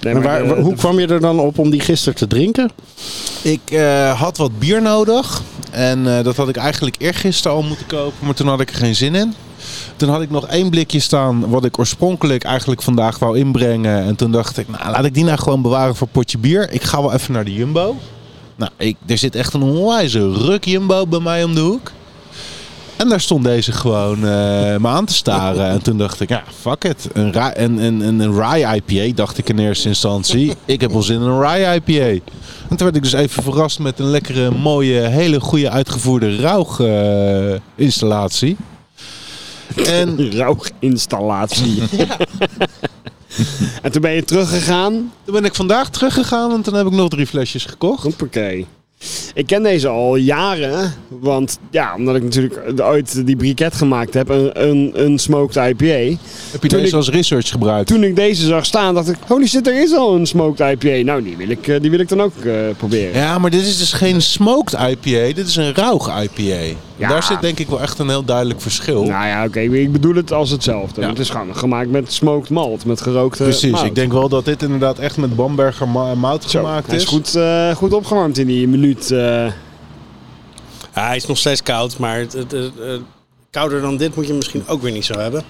Nee,
En
maar
waar,
de-
waar- hoe
de-
kwam je er dan op om die gisteren te drinken?
Ik eh, had wat bier nodig. En eh, dat had ik eigenlijk eergisteren al moeten kopen, maar toen had ik er geen zin in. Toen had ik nog één blikje staan wat ik oorspronkelijk eigenlijk vandaag wou inbrengen. En toen dacht ik, nou laat ik die nou gewoon bewaren voor een potje bier. Ik ga wel even naar de Jumbo. Nou, ik, er zit echt een onwijze ruk Jumbo bij mij om de hoek. En daar stond deze gewoon eh, me aan te staren. En toen dacht ik, ja, fuck it. Een, ra- een, een, een, een rye IPA, dacht ik in eerste instantie. Ik heb wel zin in een rye IPA. En toen werd ik dus even verrast met een lekkere, mooie, hele goede uitgevoerde rauw eh, installatie. En
Rookinstallatie. (laughs) en toen ben je teruggegaan.
toen ben ik vandaag teruggegaan en toen heb ik nog drie flesjes gekocht.
Hoppakee. Ik ken deze al jaren, want ja, omdat ik natuurlijk ooit die briket gemaakt heb, een, een, een smoked IPA.
Heb je
Toen
deze
ik-
als research gebruikt?
Toen ik deze zag staan, dacht ik, holy shit, er is al een smoked IPA. Nou, die wil ik, eh, die wil ik dan ook eh, proberen.
Ja, maar dit is dus geen smoked IPA, dit is een rauw IPA.
Ja.
Daar zit denk ik wel echt een heel duidelijk verschil.
Nou ja, oké, ik bedoel het als hetzelfde.
Ja.
Het is gewoon gemaakt met smoked malt, met gerookte
Precies,
eh, mout.
ik denk wel dat dit inderdaad echt met Bamberger ma- mout
Zo,
gemaakt
hij
is.
is goed, eh, goed opgewarmd in die minuut. eh.
Ja, hij is nog steeds koud, maar het, het- het- het- kouder dan dit moet je misschien ook weer niet zo hebben.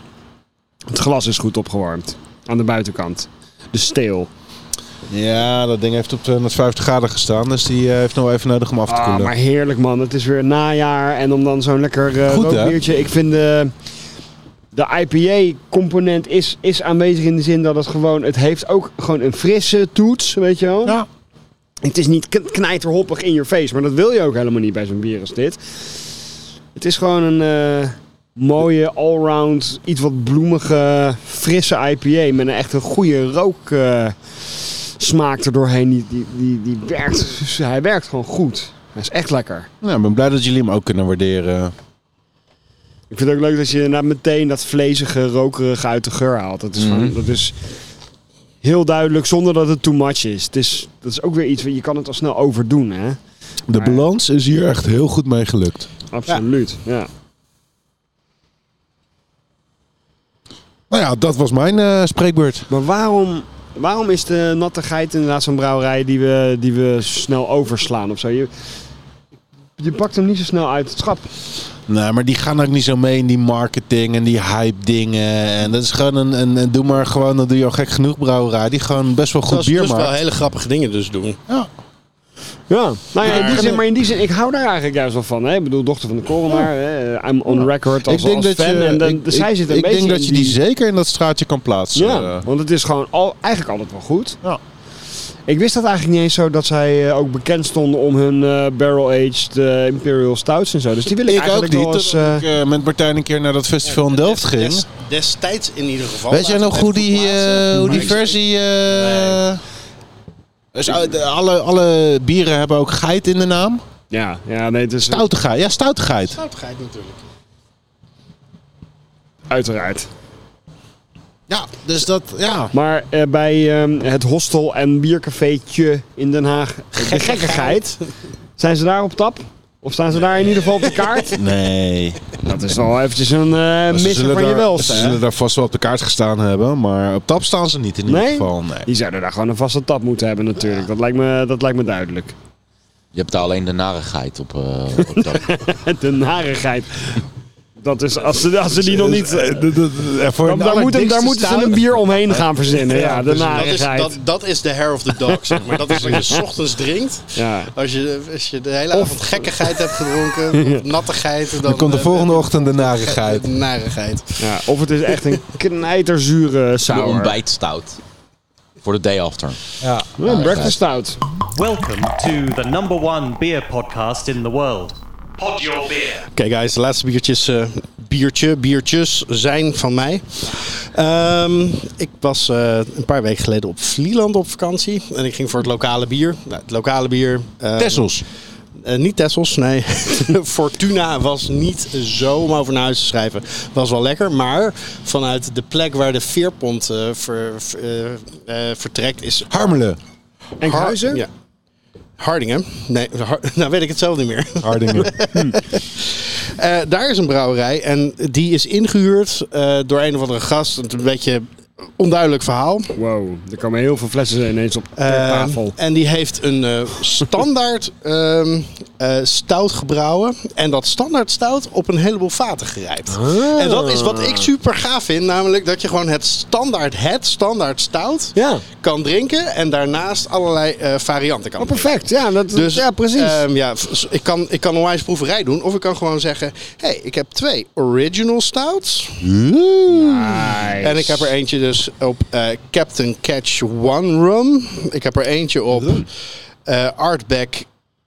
het glas is goed opgewarmd. Aan de buitenkant. De steel.
Ja, dat ding heeft op 250 graden gestaan, dus die eh, heeft nog wel even nodig om af te
Ah,
koelen.
maar heerlijk man. Het is weer najaar. En om dan zo'n lekker eh
Goed, hè?
rookbiertje. Ik vind de, de IPA-component is, is aanwezig in de zin dat het gewoon... Het heeft ook gewoon een frisse toets, weet je wel.
Ja.
Het is niet kn- knijterhoppig in your face. Maar dat wil je ook helemaal niet bij zo'n bier als dit. Het is gewoon een... eh, Mooie allround, iets wat bloemige, frisse IPA met een echt een goede rook eh, smaak er doorheen. Die, die, die, die werkt, (laughs) hij werkt gewoon goed. Hij is echt lekker.
Nou, ik ben blij dat jullie hem ook kunnen waarderen.
Ik vind het ook leuk dat je inderdaad meteen dat vlezige, rokerige uit de geur haalt. Dat is, gewoon, dat is heel duidelijk, zonder dat het too much is. Het is dat is ook weer iets, wat- je kan het al snel overdoen, hè?
De balans is hier echt heel goed mee gelukt.
Absoluut, ja.
Nou ja, dat was mijn eh, spreekbeurt.
Maar waarom, waarom is de nattigheid inderdaad zo'n brouwerij die we, die we snel overslaan of zo? Je, je pakt hem niet zo snel uit het schap.
Nee, maar die gaan ook niet zo mee in die marketing en die hype dingen. En dat is gewoon een, een, een doe maar gewoon, dat doe je al gek genoeg brouwerij. Die gewoon best wel goed
Terwijl ze
bier
dus wel
maakt.
hele grappige dingen dus doen.
Ja.
Ja, nou ja, in die
Maar-
zin, maar in die zin, ik hou daar eigenlijk juist wel van. Hè? Ik bedoel, dochter van de korenaar, hè, I'm on record als, als fan. en dan,
ik-
zij
ik-
zit een
ik
beetje
denk dat
in
je die... zeker in dat straatje kan plaatsen.
Ja,
Eh,
want het is gewoon al, eigenlijk altijd wel goed.
Ja.
Ik wist dat eigenlijk niet eens zo dat zij eh, ook bekend stonden om hun eh, barrel-aged eh, Imperial Stouts en zo. Dus die wil ik,
ik ook
eigenlijk
niet.
wel eens...
totdat
eh,
ik eh, met Martijn een keer naar dat festival in Delft ging.
Des- destijds in ieder geval.
Weet jij
Laten
nog
we
hoe
het even
die,
goed plaatsen.
eh, hoe die
Maar ik-
versie... eh, dus, eh, de- alle, alle bieren hebben ook geit in de naam.
ja, ja, nee, het is
Stoute geit. Ja, stoute geit.
Stoutigheid natuurlijk.
uiteraard.
Ja, dus dat... Ja.
Maar eh, bij ehm, het hostel en biercafeetje in Den Haag, de gekkigheid, zijn ze daar op tap? Of staan ze daar in ieder geval op de kaart?
Nee.
Dat is wel eventjes een eh
Ze
missen
zullen
van je
daar-
welste.
Ze
hè?
zullen daar vast wel op de kaart gestaan hebben, maar op tap staan ze niet in ieder
Nee?
geval. Nee.
Die zouden daar gewoon een vaste tap moeten hebben natuurlijk. Dat, lijkt me, dat lijkt me duidelijk.
Je hebt daar alleen de narigheid op. eh, op dat.
De narigheid. Dat is, als ze, als ze die nog niet...
Eh, d- d- d- eh, voor
Dan,
de
daar moeten, daar
allerdikste
moeten ze
stout-
een bier omheen gaan verzinnen. Ja, de
Dus Dat is,
narigheid.
dat, dat is de hair of the dog, zeg maar. Dat is wat je
(laughs)
's ochtends drinkt.
Ja.
Als je, als je de hele avond gekkigheid hebt gedronken, of nattigheid. Dan,
Dan komt de
eh,
volgende ochtend de
eh,
narigheid.
narigheid.
Ja, of het is echt een knijterzure
De
sour.
ontbijtstout. Voor de day after. Nou,
Een breakfast stout.
Welcome to the number one beer podcast in the world. Pod your beer.
Oké guys, de laatste biertjes, eh, biertje, biertjes zijn van mij. Ehm, ik was eh, een paar weken geleden op Vlieland op vakantie. En ik ging voor het lokale bier. Nou, het lokale bier... eh,
Tessels.
eh, niet Tessels, nee. (laughs) Fortuna was niet zo om over naar huis te schrijven. Was wel lekker, maar vanuit de plek waar de veerpont eh, ver- ver- eh, eh, vertrekt is...
Harmelen.
Enkhuizen?
Ja. Hardingen? Nee, Har- (laughs) nou weet ik het zelf niet meer.
Hardingen.
Eh, daar is een brouwerij en die is ingehuurd eh, door een of andere gast. Het is Een beetje onduidelijk verhaal.
Wow, er komen heel veel flessen ineens op per
Eh,
tafel.
en die heeft een eh, standaard ehm, eh, stout gebrouwen. En dat standaard stout op een heleboel vaten gerijpt.
Ah.
En dat is wat ik super gaaf vind. Namelijk dat je gewoon het standaard, het standaard stout
Ja.
kan drinken. En daarnaast allerlei eh, varianten kan
Oh, perfect, ja, dat,
dus
ja precies.
ehm, ja, v- ik, kan, ik kan een wijs proeverij doen. Of ik kan gewoon zeggen: hé, hey, ik heb twee original stouts. En ik heb er eentje dus op eh, Captain Catch One Rum. Ik heb er eentje op eh, Artback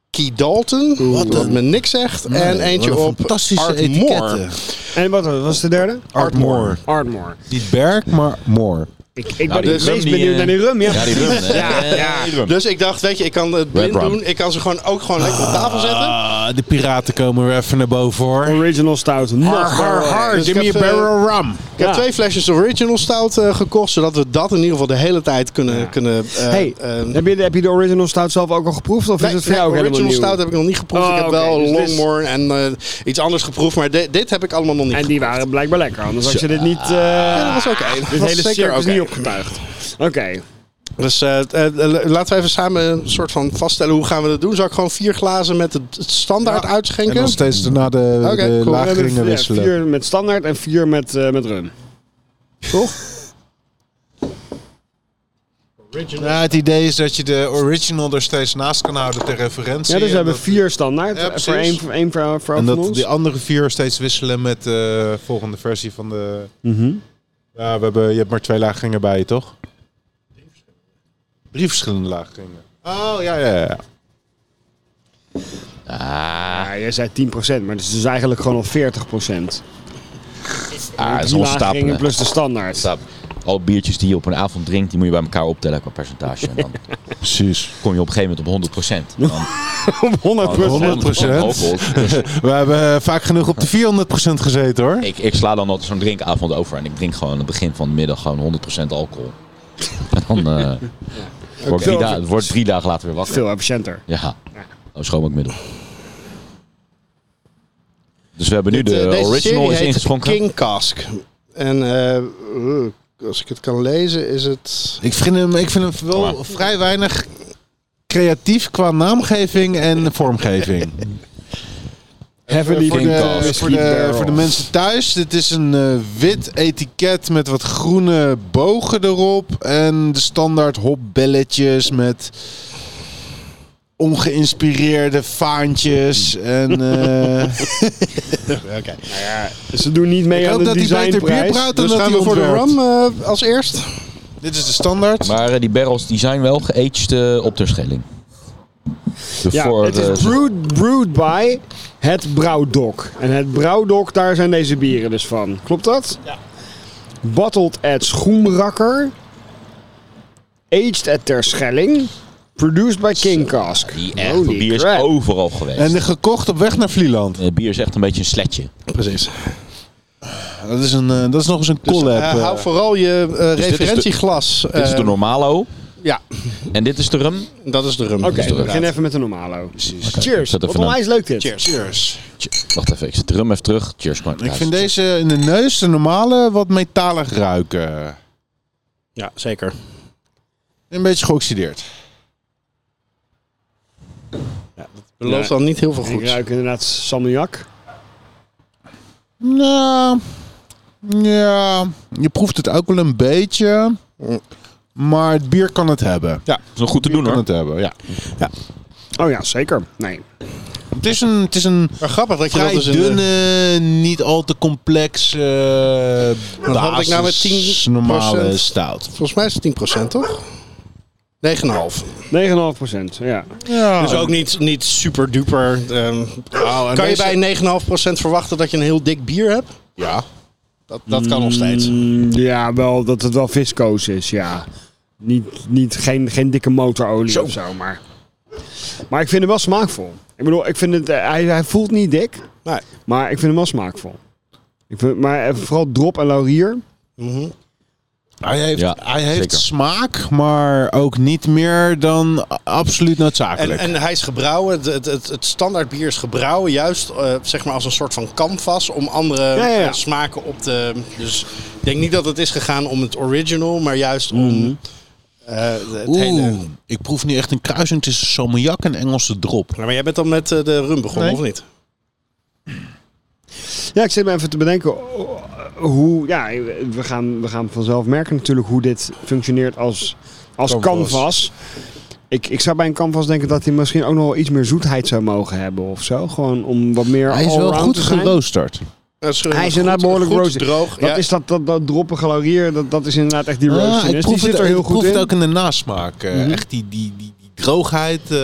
Key Dalton. Wat, me niks zegt. en eentje
wat een
op
fantastische
Artmore.
etiketten.
en wat was de derde?
Artmore.
Ardmore.
Niet Berk, maar Moor.
Ik, ik
Nou, die
dus- ben het meest
rum die,
benieuwd
eh,
naar die rum,
Ja, die rum.
ja. (laughs)
hè.
Ja,
Eh,
ja.
die rum.
Dus ik dacht, weet je, ik kan het blind
Rum.
doen. Ik kan ze gewoon ook gewoon lekker op tafel zetten.
Ah, de piraten komen er even naar boven hoor.
Original stout. Nog
Har,
wel.
har,
Dus
give
ik
me a
heb, eh,
barrel of rum.
Ik heb
Ja.
twee flesjes original stout eh, gekocht, zodat we dat in ieder geval de hele tijd kunnen... kunnen eh,
Hey,
eh,
heb, je, de- heb je de original stout zelf ook al geproefd? Of
Nee,
is het voor
nee,
jou ook helemaal
original
nieuw?
stout heb ik nog niet geproefd.
Oh,
ik heb
oké,
wel
dus dit is-
Longmorn en eh, iets anders geproefd, maar di- dit heb ik allemaal nog niet
En die
geproefd.
waren blijkbaar lekker, anders had je dit niet... eh
Ja, dat was oké. Dat
Dit
was
hele
zeker
circus
oké.
niet opgetuigd. Oké.
Dus eh, eh, eh, laten we even samen een soort van vaststellen hoe gaan we dat doen. Zal ik gewoon vier glazen met het het standaard
En
uitschenken?
nog steeds daarna de, de
Oké, cool. We
We hebben
lageringen
vier,
wisselen.
vier met standaard en vier met, eh, met rum.
Nou, het idee is dat je de original er steeds naast kan houden ter referentie.
Ja, dus we
En
hebben
dat-
vier standaard.
Ja,
eh, voor één
precies.
voor, één voor, voor
En
van
dat
ons.
die andere vier steeds wisselen met de volgende versie van de...
Mhm.
Ja, we hebben, je hebt maar twee lageringen bij je, toch? Drie verschillende lageringen. Oh, ja, ja, ja.
Ja, Ah, jij zei 10%, maar het is dus eigenlijk gewoon al 40%.
Ah, dat is
Die
ons
lageringen
stapelen.
plus de standaard.
Stap. Al biertjes die je op een avond drinkt, die moet je bij elkaar optellen qua percentage. En
(laughs)
dan
Precies.
kom je op een gegeven moment op 100%. Dan,
Op 100%.
100%.
Alcohol. Dus
We hebben eh, vaak genoeg op de 400% gezeten, hoor.
ik, ik sla dan altijd zo'n drinkavond over en ik drink gewoon aan het begin van de middag gewoon 100% alcohol. En dan eh word ik drie, da- word ik drie dagen later weer wakker.
Veel efficiënter.
Ja, Oh, een schoonmaakmiddel. Dus we hebben nu de
Eh, deze
original
serie
is
heet
ingeschonken.
King Cask. En eh, eh, als ik het kan lezen, is het.
Ik vind hem, ik vind hem wel
Kom maar.
vrij weinig creatief qua naamgeving en vormgeving.
Heavily
voor,
King
de,
Cask.
voor, de, voor de mensen thuis, dit is een eh, wit etiket met wat groene bogen erop. En de standaard hopbelletjes met ongeïnspireerde vaantjes. En, eh,
(laughs)
Ze doen niet mee
ik
aan
hoop
de
dat hij beter bier
designprijs.
brouwt dan
Dus
dat
gaan
hij
we voor de
ontwerpt.
rum eh, als eerst.
Dit is de standaard.
Maar eh, die barrels die zijn wel geaged eh, op de schelling. De
Ja,
voor-
het
de-
is brewed, brewed by het Brouwdok. En het Brouwdok, daar zijn deze bieren dus van. Klopt dat? Ja. Bottled at Schoenrakker. Aged at Terschelling. Produced by King Cask.
die echt,
Holy
bier is
crap.
overal geweest.
En gekocht op weg naar Vlieland.
Eh, bier is echt een beetje een sletje.
Precies.
Dat is, een, eh, dat is nog eens een
Dus,
collab.
eh,
eh.
hou vooral je eh,
Dus dit is de-
referentieglas.
dit is de
eh,
normalo
ja,
en dit is de rum.
dat is de rum.
Oké, we
inderdaad.
beginnen even met de normalo.
Oké, ik
Cheers.
zet
Wat
even een-
onwijs leuk dit.
Cheers.
Cheers.
Tje- Wacht even, ik zet de rum even terug. Cheers. gewoon.
Ik vind deze in de neus, de normale, wat metalig ruiken.
Ja, zeker.
Een beetje geoxideerd.
Belooft
Ja.
dan niet heel veel
Ik
goed.
ruik inderdaad salmiak.
Nou, ja, je proeft het ook wel een beetje. Maar het bier kan het hebben.
Ja, is nog goed te doen
Kan
hoor.
het hebben, ja.
Oh ja, zeker. Nee.
Het is een, het is een
Maar grappig dat je dat
vrij
dus in de-
dunne, niet al te complex eh
Dan had ik nou met 10%
basis normale stout.
Volgens mij is het 10% toch? 9,5.
9,5 Ja.
Ja.
Dus ook niet, niet super duper. ehm,
en
kan
deze-
je bij 9,5% verwachten dat je een heel dik bier hebt?
ja.
Dat, dat kan nog steeds.
Mm, Ja, wel dat het wel viscoos is, ja. Niet, niet, geen, geen dikke motorolie of zo, maar... Maar ik vind hem wel smaakvol. Ik bedoel, ik vind het, eh, hij, hij voelt niet dik,
Nee.
maar ik vind hem wel smaakvol. Ik vind, maar eh, vooral drop en laurier.
Hij heeft,
Ja,
hij heeft
zeker.
smaak, maar ook niet meer dan a- absoluut
En,
noodzakelijk.
en hij is gebrouwen. Het, het, het, het standaard bier is gebrouwen. Juist eh, zeg maar als een soort van canvas. Om andere
Ja, ja, ja.
eh, smaken op te... Dus ik denk niet dat het is gegaan om het original. Maar juist om eh, het hele...
Oeh, ik proef nu echt een kruising tussen salmiak en Engelse drop.
Nou, maar jij bent dan met eh, de rum begonnen,
Nee.
of niet?
Ja, ik zit me even te bedenken oh, hoe... Ja, we gaan, we gaan vanzelf merken natuurlijk hoe dit functioneert als, als
Canvas.
canvas. Ik, ik zou bij een canvas denken dat hij misschien ook nog wel iets meer zoetheid zou mogen hebben of zo. Gewoon om wat meer
Hij is wel
allround
goed
te zijn.
geroosterd.
Dat is
Hij is
goed-
inderdaad behoorlijk
goed
roosy.
droog.
Dat
ja.
is dat, dat, dat droppige laurier, dat, dat is inderdaad echt die
Ah,
roastiness. die zit
het,
er heel
ik
goed
proef
in.
het ook in de nasmaak. eh,
Mhm.
Echt die, die, die, die droogheid. eh,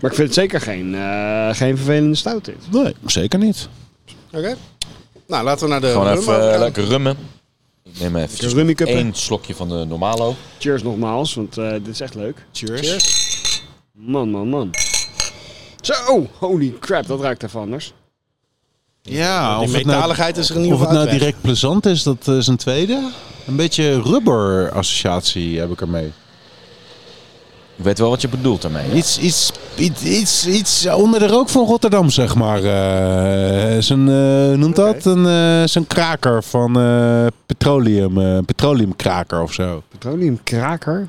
Maar ik vind het zeker geen, eh, geen vervelende stout dit.
nee, zeker niet.
Oké. Nou, laten we naar de
Gewoon
rum
even eh,
overgaan.
lekker rummen. Ik Neem maar eventjes
Rummy cuppen.
één slokje van de normalo.
Cheers nogmaals, want eh, dit is echt leuk.
Cheers.
Man, man, man. Zo, holy crap, dat ruikt even anders.
Ja,
Die
of het nou,
metaligheid is er in ieder
of het
geval
nou
uit weg.
direct plezant is, dat eh, is een tweede. Een beetje rubber-associatie heb ik ermee.
Ik weet wel wat je bedoelt daarmee.
Iets, iets, iets, iets, iets onder de rook van Rotterdam, zeg maar. Eh zo'n, eh, noemt dat? Een, eh, zo'n kraker van eh, petroleum. eh, petroleumkraker of zo.
Petroleumkraker?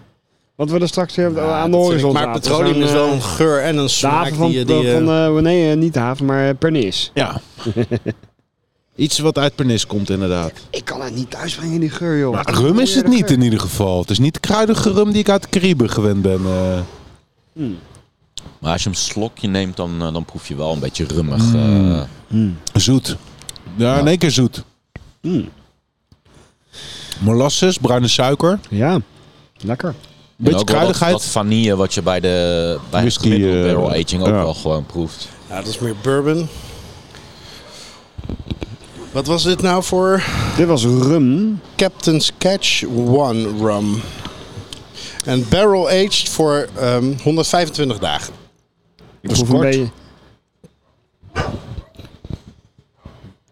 Wat we er straks hebben aan de
Dat vind ik-
horizon
Maar
zaten,
petroleum
zijn,
is wel
eh,
een geur en een
De haven
smaak
van,
die je... Die,
van,
je-
eh, nee, eh, niet de haven, maar eh, Pernis.
Ja. (laughs) iets wat uit Pernis komt, inderdaad.
Ik kan het niet thuisbrengen, die geur, joh.
Maar rum is het niet, in ieder geval. Het is niet de kruidige rum die ik uit de Cariben gewend ben. eh.
Maar als je een slokje neemt, dan, eh, dan proef je wel een beetje
Mm.
rummig. eh,
Zoet. Ja, Hmm. in één keer zoet. Molasses, bruine suiker.
Ja, lekker.
en ook
Beetje
wel
kruidigheid.
Dat, dat vanille wat je bij de bij
Whisky,
Whisky,
eh,
barrel aging ook
ja.
wel gewoon proeft.
Ja, dat is meer bourbon. Wat was dit nou voor
Dit was rum.
Captain's Catch One Rum? En barrel aged voor ehm, 125 dagen.
Ik
Dat is
proef een
kort.
beetje...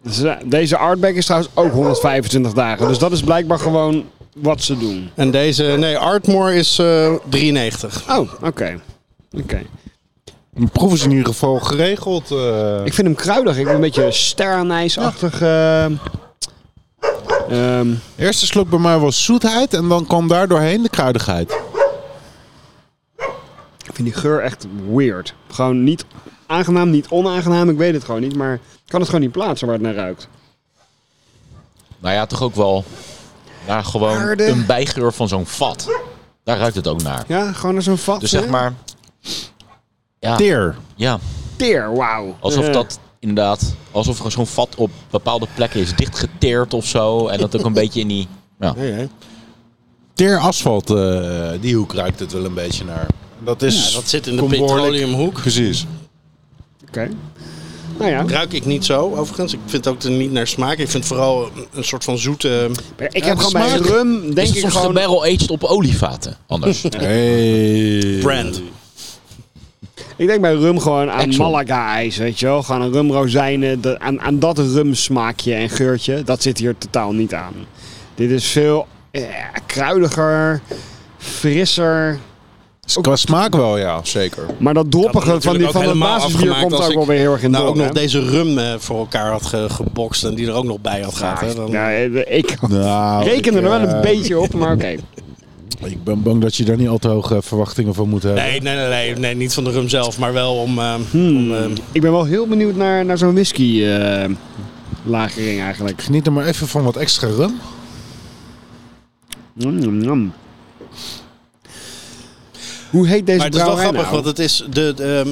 Dus, eh, Deze artback is trouwens ook 125 dagen. Dus dat is blijkbaar gewoon wat ze doen.
En deze, nee, Ardmore is eh 93.
Oh, oké. Oké.
De proef is in ieder geval geregeld. eh.
Ik vind hem kruidig. Ik heb een beetje sterrenijsachtig. eh, ehm,
Eerste slok bij mij was zoetheid en dan kwam daar doorheen de kruidigheid.
ik vind die geur echt weird. Gewoon niet aangenaam, niet onaangenaam. Ik weet het gewoon niet. Maar ik kan het gewoon niet plaatsen waar het naar ruikt.
Nou ja, toch ook wel naar gewoon
Aarde.
een bijgeur van zo'n vat. Daar ruikt het ook naar.
Ja, gewoon als een vat.
Dus zeg maar,
Teer.
ja,
Teer, wauw.
alsof
Eh,
dat inderdaad, alsof er zo'n vat op bepaalde plekken is dichtgeteerd of zo. En dat ook een (laughs) beetje in die, ja,
Teer asfalt, eh, die hoek ruikt het wel een beetje naar. Dat is
Ja, dat zit in de
kom behoorlijk-
petroleumhoek.
Precies.
Oké. Nou ja.
Ruik ik niet zo, overigens. Ik vind het ook niet naar smaak. Ik vind vooral een soort van zoete...
Ik heb
de
gewoon bij
smaak.
rum,
Is
denk
Dus het
ik
soms
gewoon...
barrel aged op olievaten
(laughs)
anders?
Hey.
Brand. Nou,
Ik denk bij rum gewoon aan
Exxon.
Malaga-ijs, weet je wel. Gewoon een rumrozijnen, de- aan, aan dat rumsmaakje en geurtje. Dat zit hier totaal niet aan. Dit is veel eh, kruidiger, frisser.
Qua smaak wel, ja, zeker.
Maar dat droppige van, die, van het basisbier komt ook wel weer heel erg in
Nou,
door,
ook nog
hè?
deze rum eh, voor elkaar had ge- gebokst en die er ook nog bij had gehad. hè, dan-
Ja, eh, ik
Nou,
(laughs) reken er
ik,
wel een
eh,
beetje op, maar oké.
Ik ben bang dat je daar niet al te hoge verwachtingen van moet hebben.
Nee, nee, nee, nee, nee, niet van de rum zelf, maar wel om... eh,
Hmm.
om, eh,
Ik ben wel heel benieuwd naar, naar zo'n whisky eh, lagering eigenlijk.
Geniet er maar even van wat extra rum.
Mm, mm, mm. Hoe heet deze
maar het is wel
brouwerij
grappig,
nou?
want het is... De, de, ehm,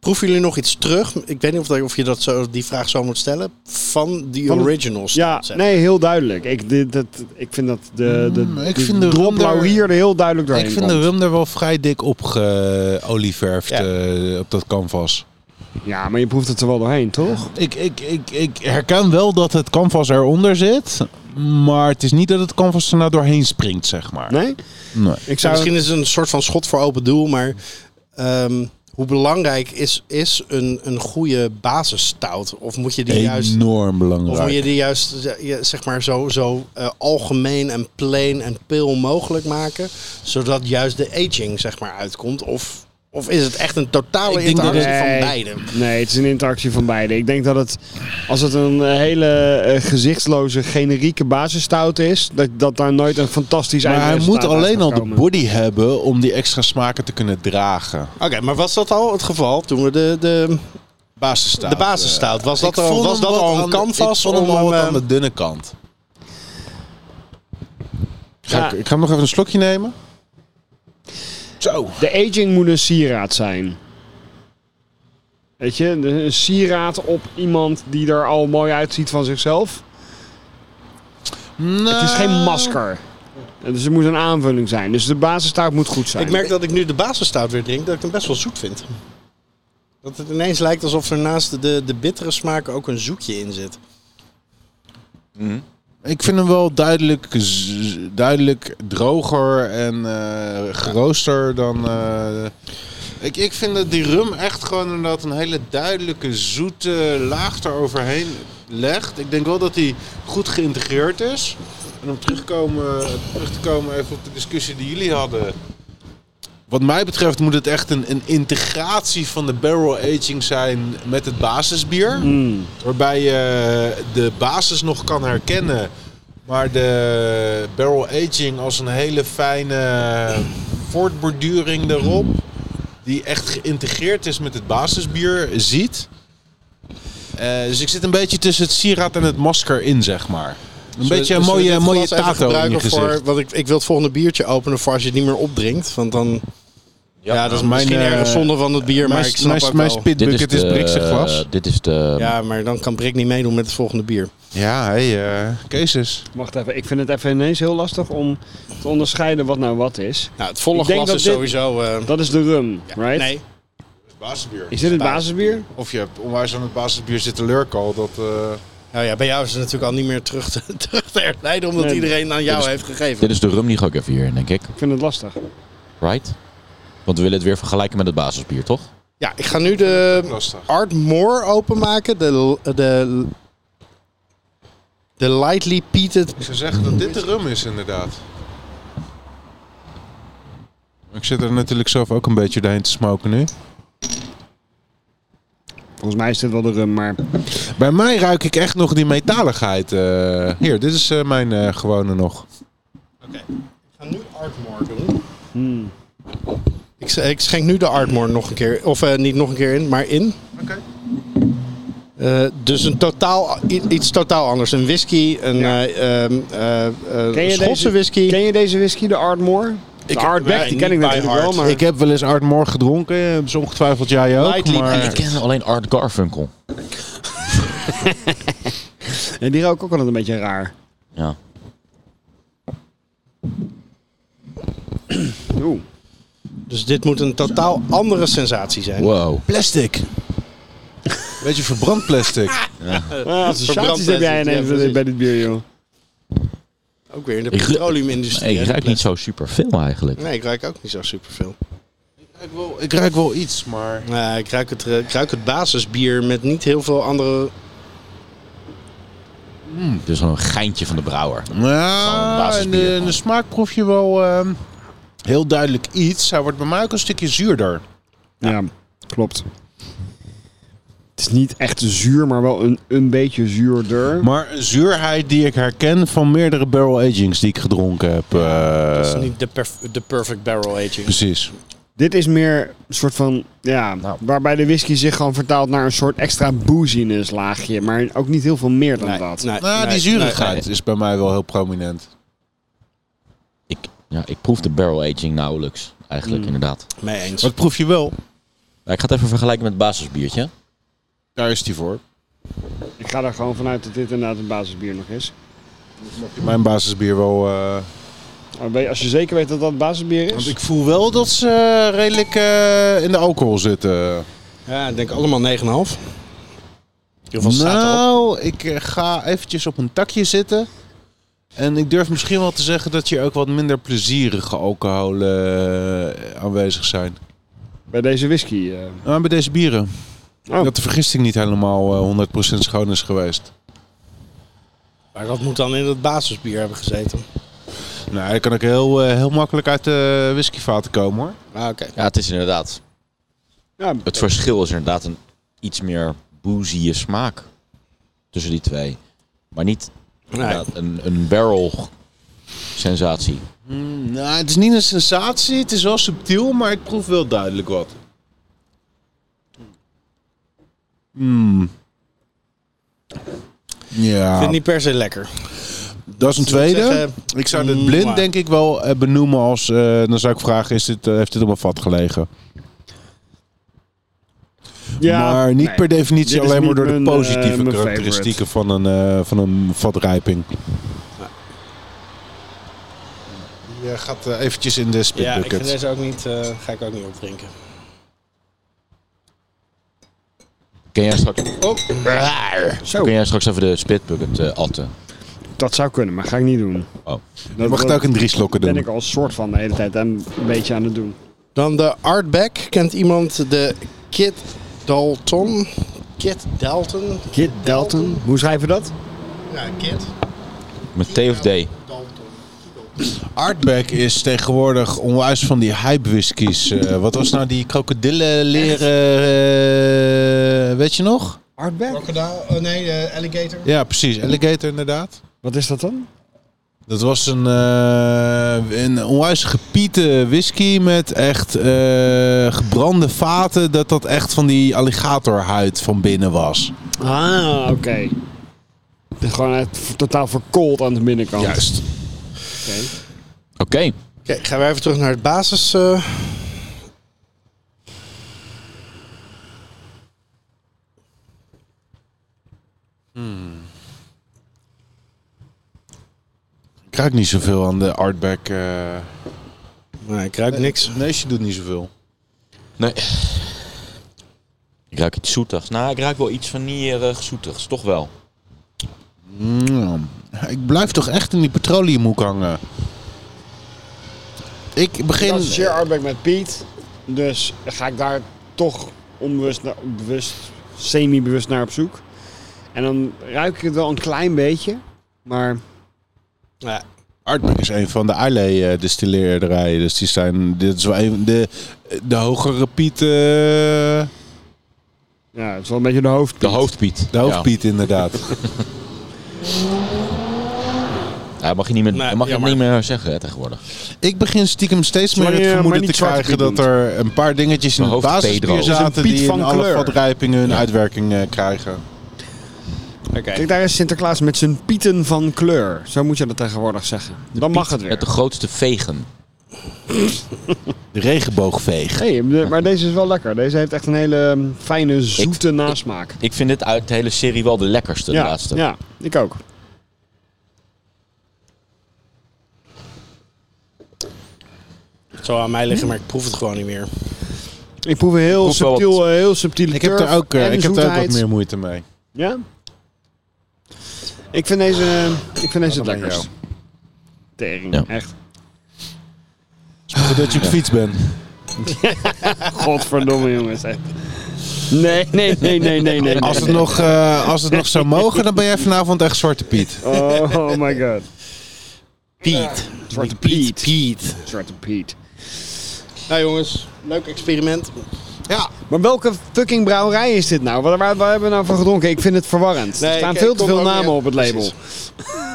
proeven jullie nog iets terug? Ik weet niet of, dat, of je dat zo, die vraag zo moet stellen. Van die
Van de-
originals.
Ja, nee, heel duidelijk. Ik, dit, dat, ik vind dat de, de,
Mm, ik
de
vind de
drop
ronde-
laurier er heel duidelijk doorheen
Ik vind de
komt.
rum er wel vrij dik op geolieverfd
Ja.
eh, op dat canvas.
Ja, maar je proeft het er wel doorheen, toch?
Ik, ik, ik, ik herken wel dat het canvas eronder zit. Maar het is niet dat het canvas er nou doorheen springt, zeg maar.
Nee?
Nee.
Ik
Ja,
zou...
Misschien is het een soort van schot voor open doel, maar ehm, hoe belangrijk is, is een, een goede basisstout? Of moet je die juist.
Enorm belangrijk.
Of moet je die juist eh, ja, zeg maar zo, zo eh, algemeen en plain en pil mogelijk maken, zodat juist de aging zeg maar uitkomt? Of, of is het echt een totale
Ik denk dat-
interactie van
Nee.
beide?
Nee, het is een interactie van beide. Ik denk dat het, als het een hele eh, gezichtsloze, generieke basisstout is, dat, dat daar nooit een fantastisch
maar hij
eindresultaat
moet alleen
uit
al
gaat
de
komen.
body hebben om die extra smaken te kunnen dragen.
Oké, maar was dat al het geval toen we de, de,
Basisstout.
de basisstout, eh, was dat, al, was dat al een canvas?
Ik vond hem
om,
al wat
eh,
aan de dunne kant. Ga
Ja.
ik, ik ga hem nog even een slokje nemen. Zo.
De aging moet een sieraad zijn. Weet je, de- een sieraad op iemand die er al mooi uitziet van zichzelf. Het is geen masker. En Dus het moet een aanvulling zijn. Dus de basisstaart moet goed zijn.
Eh. Ik merk dat ik nu de basisstout weer drink, dat ik hem best wel zoet vind. Dat het ineens lijkt alsof er naast de, de bittere smaak ook een zoetje in zit.
Ik vind hem wel duidelijk, z- duidelijk droger en eh, gerooster dan. eh, ik, ik vind dat die rum echt gewoon inderdaad een hele duidelijke zoete laag eroverheen legt. Ik denk wel dat hij goed geïntegreerd is. En om terugkomen, terug te komen even op de discussie die jullie hadden. Wat mij betreft moet het echt een, een integratie van de barrel aging zijn met het basisbier. Waarbij je de basis nog kan herkennen. Maar de barrel aging als een hele fijne voortborduring erop. Die echt geïntegreerd is met het basisbier ziet. Eh, dus ik zit een beetje tussen het sieraad en het masker in, zeg maar. Een beetje een mooie, mooie tato in je gezicht.
voor, Want ik, ik wil het volgende biertje openen voor als je het niet meer opdringt. Want dan... Ja, dat is
mijn,
misschien
eh,
ergens zonde van het bier, maar ik snap
mijn,
ook
mijn
wel.
spitbucket is, Brikse glas.
Dit is de.
Ja, maar dan kan Brik niet meedoen met het volgende bier.
Ja, hey, eh Keesus.
Wacht even, ik vind het even ineens heel lastig om te onderscheiden wat nou wat is.
Nou, het volle
Ik denk
glas
dat
is
dit-
sowieso... eh,
Dat is de rum, right?
Nee,
Basisbier.
Is dit het basisbier?
Of je hebt onwijs aan het basisbier zitten lurken al. Dat, eh,
nou ja, bij jou is het natuurlijk al niet meer terug te, (laughs) terug te herleiden, omdat
Nee.
iedereen aan
dus-
jou heeft gegeven.
Dit is de rum die ga ik even hierin, denk ik.
Ik vind het lastig.
Right? Want we willen het weer vergelijken met het basisbier, toch?
Ja, ik ga nu de
Lastig.
Artmore openmaken. De, de, de lightly peated.
ik zou zeggen dat dit de rum is inderdaad. Ik zit er natuurlijk zelf ook een beetje doorheen te smoken nu.
Volgens mij is dit wel de rum, maar
Bij mij ruik ik echt nog die metaligheid. eh. hier, dit is eh, mijn eh, gewone nog.
Ik ga nu Artmore doen.
Hmm.
Ik, s- ik schenk nu de Artmore nog een keer. Of eh, niet nog een keer in, maar in. Eh, dus een totaal, i- iets totaal anders. Een whisky, een eh, ehm, eh, eh, Schotse
deze,
whisky.
Ken je deze whisky, de Ardmore? De Ardbeg,
nee,
die ken ik
niet by
natuurlijk wel,
heart.
maar...
Ik heb wel eens Ardmore gedronken. eh, Dus ongetwijfeld jij ook.
Lightly
Maar...
Ik ken alleen Art Garfunkel.
Ja, die ruikt ook altijd een beetje raar.
Ja.
Oeh.
Dus dit moet een totaal andere sensatie zijn.
Wow.
Plastic. Beetje verbrand plastic.
Eh,
Ah, associaties heb jij
Ja,
ineens
precies.
bij dit bier, joh.
Ook weer in de
Ik ru-
petroleumindustrie.
Nee, ik
hè,
ruik niet
plastic.
zo super veel eigenlijk.
Nee, ik ruik ook niet zo superveel.
(laughs) Ik, wil, ik ruik wel iets, maar...
Nou, ik, ruik het, eh, ik ruik het basisbier met niet heel veel andere...
Het is wel Dus een geintje van de brouwer. Gewoon een
Ja, en
basisbier,
de,
man.
de smaak proef je wel ehm, heel duidelijk iets. Hij wordt bij mij ook een stukje zuurder.
Ja, klopt. Het is niet echt zuur, maar wel een, een beetje zuurder.
Maar een zuurheid die ik herken van meerdere barrel agings die ik gedronken heb. eh,
Dat is niet de, perf- de perfect barrel aging.
Precies.
Dit is meer een soort van, ja,
Nou.
waarbij de whisky zich gewoon vertaalt naar een soort extra booziness laagje. Maar ook niet heel veel meer dan dat.
Nou, die zuurigheid is bij mij wel heel prominent.
Ik, ja, ik proef de barrel aging nauwelijks. Eigenlijk, inderdaad.
nee, mee eens.
Wat proef je wel?
Maar ik ga het even vergelijken met het basisbiertje.
Daar is die voor.
Ik ga er gewoon vanuit dat dit inderdaad een basisbier nog is.
Mijn basisbier wel. eh,
Maar weet- Als je zeker weet dat dat basisbier
want
is.
ik voel wel dat ze eh, redelijk eh, in de alcohol zitten.
Ja, ik denk allemaal 9,5. Of wat staat erop?
Nou, ik eh, ga eventjes op een takje zitten. En ik durf misschien wel te zeggen dat hier ook wat minder plezierige alcoholen eh, aanwezig zijn.
Bij deze whisky. eh.
Maar bij deze bieren.
Oh.
Dat de vergisting niet helemaal eh, 100% schoon is geweest.
Maar dat moet dan in het basisbier hebben gezeten.
Nou, dat kan ik heel, eh, heel makkelijk uit de whiskyvaten komen hoor.
Ah, oké.
Ja, het is inderdaad.
Ja,
Het verschil is inderdaad een iets meer boezige smaak tussen die twee. Maar niet inderdaad een, een barrel sensatie.
Nou, het is niet een sensatie. Het is wel subtiel, maar ik proef wel duidelijk wat. Hmm. Ja.
Ik vind het niet per se lekker.
Dat is een
Zullen we
tweede.
zeggen,
ik zou dit
mm,
blind
maar.
denk ik wel eh, benoemen als... eh, dan zou ik vragen, is dit, eh, heeft dit op een vat gelegen?
ja,
maar niet
nee.
per definitie
Dit is
alleen maar
niet
door de
mijn, eh,
positieve
mijn
karakteristieken van een, eh, van een vatrijping. Je gaat eh, eventjes in de
Ja, ik vind
spitbucket.
deze ook niet, eh, ga ik ook niet opdrinken.
Kun jij straks,
Oh,
Oh.
Oh.
kun jij straks even de spitbucket eh atten?
dat zou kunnen, maar ga ik niet doen.
Oh.
Je mag het
dat-
ook in drie slokken
ben
doen.
ik al soort van de hele tijd een beetje aan het doen.
Dan de Artback. Kent iemand de Kit Dalton? Kit Dalton?
Kid Dalton. Hoe schrijven we dat?
Ja, Kit.
Met T of D?
Dalton.
Artback is tegenwoordig onwijs van die hype whiskies. Eh, wat was nou die krokodillen leren? eh, weet je nog?
Artback?
Crocodile? Oh nee, eh, alligator.
Ja, precies. Alligator inderdaad.
Wat is dat dan?
Dat was een, eh, een onwijs gepiete whisky met echt eh, gebrande vaten. Dat dat echt van die alligatorhuid van binnen was.
Ah, oké. Het is Gewoon echt v- totaal verkoold aan de binnenkant.
Juist.
Oké.
Oké.
Oké, gaan we even terug naar het basis. eh.
Ik ruik niet zoveel aan de Artback. eh.
Nee, ik ruik niks.
Nee, je doet niet zoveel.
Nee. Ik ruik iets zoetigs. Nou, ik ruik wel iets vanillerig zoetigs. Toch wel.
Mm. Ik blijf toch echt in die petroleumhoek hangen. Ik
Ik
begin...
associeer Artback met Piet. Dus ga ik daar toch onbewust, naar, bewust, semi-bewust naar op zoek. En dan ruik ik het wel een klein beetje. Maar
Ja.
Artback is een van de Islay eh, distilleerderijen. Dus die zijn... Dit is wel een... De, de hogere Piet... eh,
ja, het is wel een beetje de hoofd.
De hoofdpiet.
de hoofdpiet inderdaad.
Ja. Ja, mag je niet meer,
Nee,
mag je het
jammer.
niet meer zeggen hè, tegenwoordig.
Ik begin stiekem steeds meer
Zolang
het
je maar
vermoeden
niet
te
Zwarte
krijgen
Piet
dat
noemt.
er een paar dingetjes in
Mijn
het
hoofd is
basisbier
Pedro.
zaten
Is een Piet
die in
van
alle
kleur.
vatrijpingen hun uitwerking eh, krijgen.
Kijk, daar is Sinterklaas met zijn pieten van kleur. Zo moet je dat tegenwoordig zeggen. Dan mag het weer.
Met de grootste vegen.
De regenboogveeg.
Hey, de- maar deze is wel lekker. Deze heeft echt een hele mm, fijne, zoete nasmaak.
Ik vind dit uit de hele serie wel de lekkerste, de
ja,
laatste.
ja, ik ook.
Het zou aan mij liggen, maar ik proef het gewoon niet meer.
Ik proef een heel
proef wel
subtiel,
wat-
eh, heel subtiele
Ik heb
turf
er ook, eh,
en
ik heb er ook wat
zoetheid.
meer moeite mee.
Ja? Ik vind deze, eh, ik vind deze het
ben
lekkerst. Tering,
Ja.
echt.
Goed dat je op de fiets bent.
Godverdomme jongens. echt. Nee, nee, nee, nee, nee, nee.
Als het,
nee.
nog, eh, als het nog zou mogen, dan ben jij vanavond echt Zwarte Piet. (laughs)
Oh, (laughs) oh my god.
Piet.
Zwarte Piet.
Piet.
Zwarte Piet.
Nou jongens, leuk experiment. Ja.
Maar welke fucking brouwerij is dit nou? Waar, waar, waar hebben we nou van gedronken? Ik vind het verwarrend.
Nee,
er staan
ik-
veel
ik
te
kom
veel
ook
namen
niet-
op het label.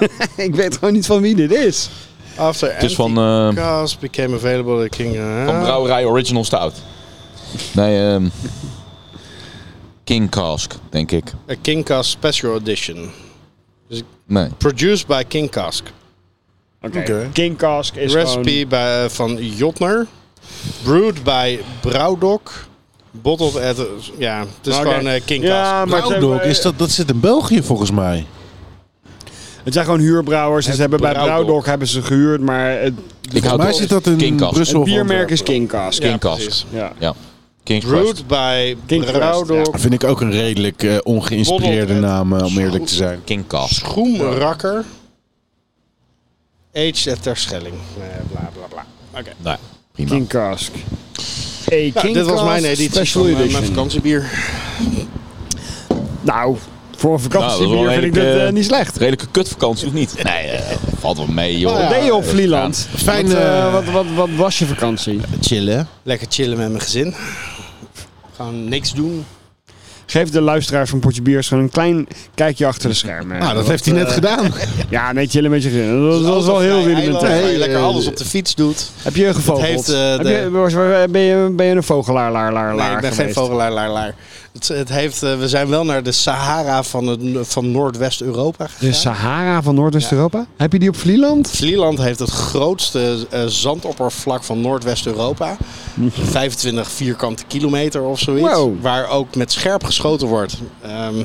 Precies.
(laughs) ik weet gewoon niet van wie dit is.
After
Het is van, eh,
Cast became available at King. eh,
van Brouwerij Original Stout. Nee, ehm, King Cask, denk ik.
a King Cask Special Edition.
Nee.
Produced by King Cask.
Oké. King Cask is
Recipe by, eh, van Jotner. Brewed by Brouwdok. Bottled at... eh, ja, het is
Oké.
gewoon eh, King Cask.
Ja, maar het zijn-
Brouwdog, is dat, dat zit in België volgens mij.
Het zijn gewoon huurbrouwers. Dus ze hebben bij
Brouwdok.
Brouwdok hebben ze gehuurd, maar het,
Ik
Volgens
houd
mij
toch-
zit dat in
King Cask.
Brussel.
het
of
biermerk
Antwerpen.
is King Cask.
King Cask.
precies.
Ja.
Ja. King Cask.
Brewed by
King Crest,
Brouwdok.
Dat vind ik ook een redelijk eh, ongeïnspireerde
Bottled
naam, eh, om eerlijk te zijn.
King Cask.
Groenrakker. Aged at Terschelling. Eh, bla bla bla.
Nee, prima.
King Cask. Hey,
Nou,
King
dit was
Cask
mijn editie
Special
van eh,
Edition.
mijn vakantiebier.
Nou, voor een vakantiebier
Nou, dat is wel
vind ik dit
redelijk, eh,
eh, niet slecht.
Redelijke kutvakantie of niet? Nee, eh, valt wel mee,
Oh,
joh.
Wat deed je op Vlieland?
Fijn,
Wat, eh,
eh,
wat, wat, wat was je vakantie?
Chillen.
Lekker chillen met mijn gezin. Gewoon niks doen.
Geef de luisteraars van Potje Bier eens gewoon een klein kijkje achter de schermen. eh,
Nou, dat heeft hij net gedaan.
Ja, nee, chillen met je gezin. Dat was- Dat was wel heel rudimentair.
Waar je
Nee,
lekker
eh,
alles op de fiets doet.
Heb je gevogeld?
heeft, eh,
Heb
de-
je- was- was- ben, je, ben je een vogelaar, laar, laar,
Nee,
laar
ik ben geen
geweest?
vogelaar, laar, laar. Het, het heeft, eh, we zijn wel naar de Sahara van, het- van Noordwest-Europa gegaan.
De Sahara van Noordwest-Europa? Heb je die op Vlieland?
Vlieland heeft het grootste eh, zandoppervlak
(laughs)
van Noordwest-Europa. 25 vierkante kilometer of zoiets.
Wow.
Waar ook met scherp geschoten wordt ehm,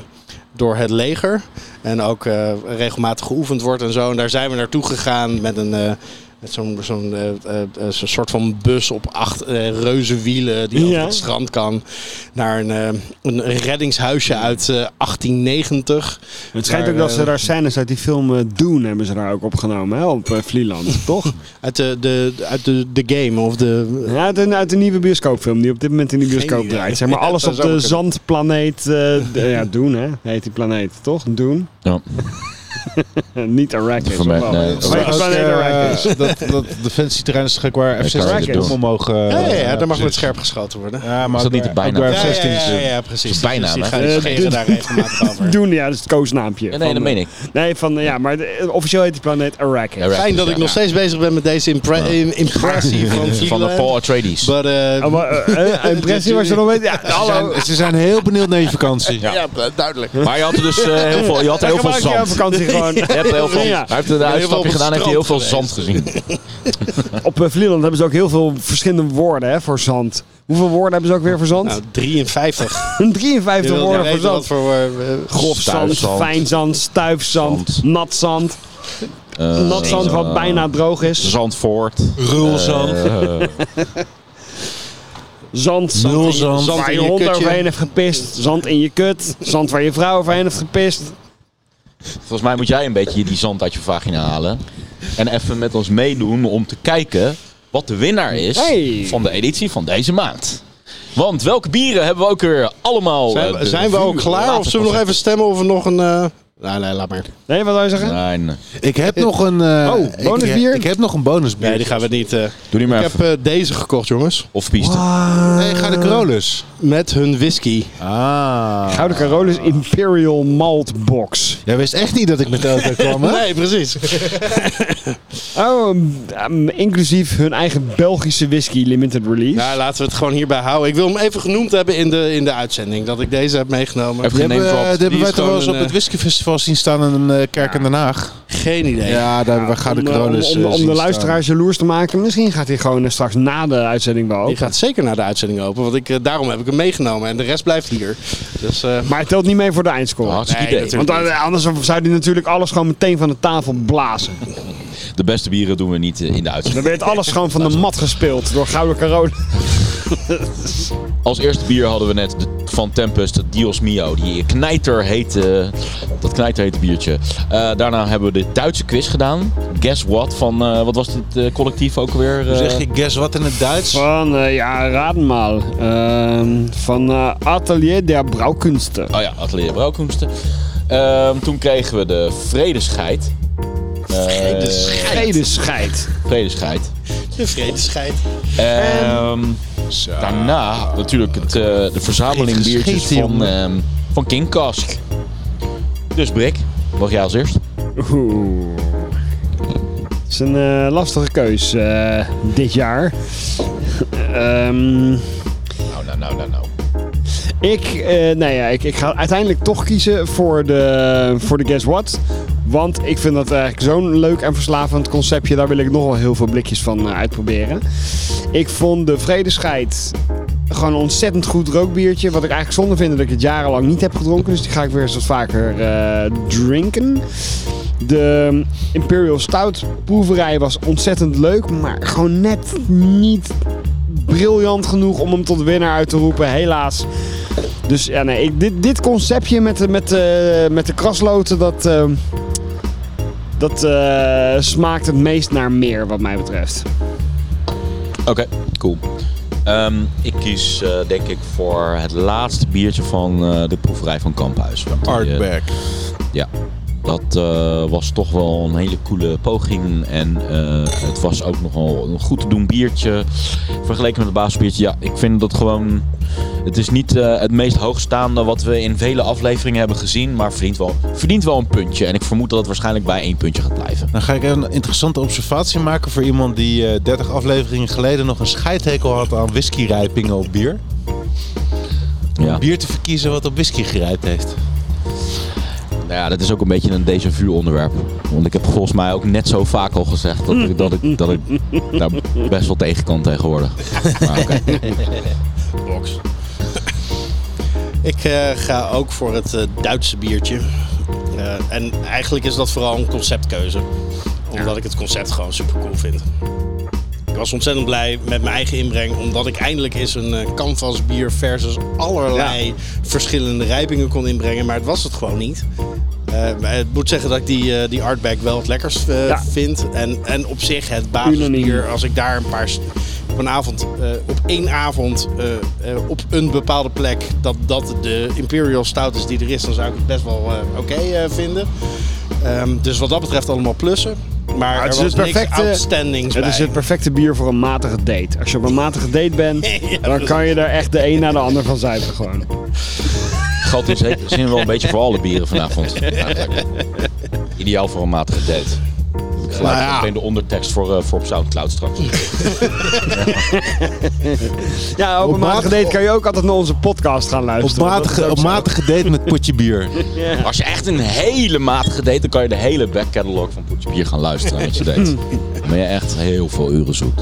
door het leger. En ook eh, regelmatig geoefend wordt en zo. En daar zijn we naartoe gegaan met een, eh, Met zo'n zo'n eh, eh, eh, zo'n soort van bus op acht eh, reuze wielen die over
Ja.
het strand kan. Naar een, eh, een reddingshuisje uit eh, 1890.
Het schijnt ook
Waar,
dat ze
eh,
daar scènes uit die film eh, Dune hebben ze daar ook opgenomen, hè, op eh,
(laughs)
Vlieland, toch?
Uit de, de, uit de, de game of de...
Ja, uit een, uit een nieuwe bioscoopfilm die op dit moment in de bioscoop
idee.
draait. Zeg maar
(laughs) Ja,
alles
dat
op
zou
de
kunnen.
zandplaneet. eh, d- ja, Doen, hè? Heet die planeet, toch? Doen.
Ja.
(laughs) Niet Arrakis.
Voor mij-
of wel?
nee,
Of
dat
wel
is
Ook,
planeet
eh,
Arrakis.
dat, dat defensieterrein is gek waar
kan je
F-16
dit
bommen
doen.
mogen...
Ja, ja, ja,
eh,
daar mag met
precies.
scherp geschoten worden.
Ja, maar
Is dat
ook
niet de
daar- ook
bijnaam?
daar
Ja,
ja,
F-16
ja, ja,
zijn.
ja, precies.
Bijnaam,
Dus die
hè?
gaan
Eh,
scheren daar regelmatig
(laughs)
over.
Doen, ja, dat is het koosnaampje.
Ja, nee,
van,
dat
eh,
meen ik.
Nee, van, eh, ja, maar de- eh, officieel heet die planeet Arrakis.
Arrakis.
Fijn dat ik
Ja.
nog steeds bezig ben met deze impre- im-
(laughs)
impressie van Vlieland.
Van de Paul Atreides.
But, eh,
Oh, maar, eh,
(laughs)
eh, impressie was er nog mee. Ja,
Ze
hallo.
zijn, ze zijn heel benieuwd naar je vakantie.
Ja. eh,
ja, duidelijk.
Maar je had er dus eh, heel veel, je had er
Daar
heel veel
gebruik je op
zand.
vakantie gewoon.
(laughs) Je hebt er heel veel,
Ja.
hij heeft een
op
uitstapje
het
gedaan, heeft hij heel veel zand
strand
gezien. (laughs)
Op eh, Vlieland hebben ze ook heel veel verschillende woorden hè, voor zand. Hoeveel woorden hebben ze ook weer voor zand?
Nou, 53. Nou,
(laughs)
Je
53
wil
woorden
niet
voor
weten
zand.
wat voor... eh,
Grof zand,
Stuifzand.
fijn zand, stuifzand,
Zand.
nat zand.
Eh,
nat zand wat
eh,
bijna droog is.
Zandvoort.
Rulzand.
Eh,
Zand, zand,
Nul
in je-
zand.
Zand
waar
in
je
je
hond
kutje.
overheen heeft gepist. Zand in je kut. Zand waar je vrouw overheen heeft gepist.
Volgens mij moet jij een beetje die zand uit je vagina halen. En even met ons meedoen om te kijken wat de winnaar is
Hey.
van de editie van deze maand. Want welke bieren hebben we ook weer allemaal?
Zijn,
eh,
we-
de
zijn we al
revue
klaar of
laten
zullen we nog
pas-
even stemmen of we nog een... eh, Nee, nee, laat maar.
Nee, wat wil je zeggen?
Nee, nee.
Ik heb nog een... eh,
Oh,
ik-
bonusbier?
Ik, heb nog een bonusbier.
Nee, die gaan we niet... eh.
Doe die
Ik
maar
heb
even.
eh, deze gekocht, jongens.
Of piste.
Nee, ga de Carolus.
Met hun whisky.
Ah.
Gouden Carolus Imperial Malt Box.
Jij wist echt niet dat ik met auto kwam, hè?
(laughs) Nee, precies.
Oh, ehm, inclusief hun eigen Belgische whisky limited release.
nou, laten we het gewoon hierbij houden. Ik wil hem even genoemd hebben in de, in de uitzending. Dat ik deze heb meegenomen.
Even
Die hebben,
Name
eh,
dropped.
die hebben
Die
wij
is
toch wel
gewoon
eens
een,
op het
eh,
Whiskyfestival zien staan in een eh, kerk in Den Haag.
Geen idee.
Ja, daar hebben we gaan de
om, eh,
Carolus
om, om,
eh,
om
zien
de
staan.
luisteraars jaloers te maken. Misschien gaat hij gewoon eh, straks na de uitzending wel
Die
open.
gaat zeker naar de uitzending open, want ik, eh, daarom heb ik hem meegenomen. En de rest blijft hier. Dus, eh,
Maar het telt niet mee voor de eindscore.
Hartstikke
Nee,
idee.
natuurlijk.
Want dan- anders zou hij natuurlijk alles gewoon meteen van de tafel (laughs) blazen.
De beste bieren doen we niet eh, in de
Dan
uitzending.
werd alles gewoon van de mat gespeeld door Gouden Corona.
Als eerste bier hadden we net de- van Tempest, de Dios Mio. Die knijter heette, dat knijter heette biertje. Eh, daarna hebben we de Duitse quiz gedaan. Guess what? Van, eh, wat was dit eh, collectief ook alweer?
Hoe
eh?
zeg je guess what in het Duits?
Van, eh, ja, raad maar. Ehm, van eh, Atelier der Brouwkunsten.
Oh ja, Atelier Brouwkunsten. Ehm, toen kregen we de Eh, Vredescheit. Vredescheit.
Vredescheit.
vredescheit.
(laughs) de vredescheit.
Ehm, daarna natuurlijk het, eh, de verzameling
Vredescheit,
biertjes van,
jongen.
ehm van King Cask. Dus Brik, mag jij als eerst?
Oeh. Het is een eh, lastige keus eh, dit jaar. Ehm,
Nou, nou, nou, nou, nou.
ik, eh, nou ja, ik, ik ga uiteindelijk toch kiezen voor de, voor de Guess What. Want ik vind dat eigenlijk zo'n leuk en verslavend conceptje. Daar wil ik nog wel heel veel blikjes van eh, uitproberen. Ik vond de Vredescheit gewoon een ontzettend goed rookbiertje. Wat ik eigenlijk zonde vind dat ik het jarenlang niet heb gedronken. Dus die ga ik weer eens wat vaker eh, drinken. De ehm, Imperial Stout proeverij was ontzettend leuk. Maar gewoon net niet briljant genoeg om hem tot winnaar uit te roepen. Helaas. Dus ja, nee, ik, dit, dit conceptje met de, met de, met de krasloten, dat, eh, dat eh, smaakt het meest naar meer wat mij betreft.
Oké, cool. Ehm, ik kies eh, denk ik voor het laatste biertje van eh, de proeverij van Kamphuis. Want die, eh,
Artback.
Ja, dat eh, was toch wel een hele coole poging. En eh, het was ook nogal een goed te doen biertje. Vergeleken met het basisbiertje, ja, ik vind dat gewoon... Het is niet eh, het meest hoogstaande wat we in vele afleveringen hebben gezien. Maar verdient wel, verdient wel een puntje. En ik vermoed dat het waarschijnlijk bij één puntje gaat blijven.
Dan ga ik even een interessante observatie maken voor iemand die eh 30 afleveringen geleden nog een scheidhekel had aan whiskyrijpingen op bier.
Ja,
Bier te verkiezen wat op whisky gerijpt heeft.
Nou ja dat is ook een beetje een déjà vu onderwerp. Want ik heb volgens mij ook net zo vaak al gezegd dat ik, dat ik, dat ik daar best wel tegen kan tegenwoordig. Maar oké.
Box. ik eh, ga ook voor het eh, Duitse biertje. Eh, en eigenlijk is dat vooral een conceptkeuze. Omdat ik het concept gewoon super cool vind. Ik was ontzettend blij met mijn eigen inbreng, omdat ik eindelijk eens een eh, canvas bier versus allerlei verschillende rijpingen kon inbrengen. Maar het was het gewoon niet. Eh, maar het moet zeggen dat ik die, eh, die artback wel het lekkerst eh,
Ja.
vind. En, en op zich het basisbier,
Unaniem.
als ik daar een paar st- op een avond, eh, op één avond eh, eh, op een bepaalde plek, dat dat de Imperial Stout is die er is, dan zou ik het best wel eh, oké eh, vinden. Ehm, dus wat dat betreft allemaal plussen. Maar
Ja,
er
het, is
was
het,
niks
perfecte,
outstandings
het is
bij.
het perfecte bier voor een matige date. Als je op een matige date bent,
Ja,
dan
dat-
kan je er echt de een naar de ander van zuipen gewoon.
Geldt in zekere zin wel een beetje voor alle bieren vanavond. eigenlijk. Ideaal voor een matige date. Ik gelijk
Nou ja.
meteen de ondertekst voor, eh, voor op Soundcloud straks.
Ja, op een matige
matige-
date kan je ook altijd naar onze podcast gaan
Op
luisteren. Dat
matige,
is ook
op
zo.
matige date met potje bier.
Als je echt een hele matige date, dan kan je de hele back catalog van Poetje Bier gaan luisteren met je date. Dan ben je echt heel veel uren zoet.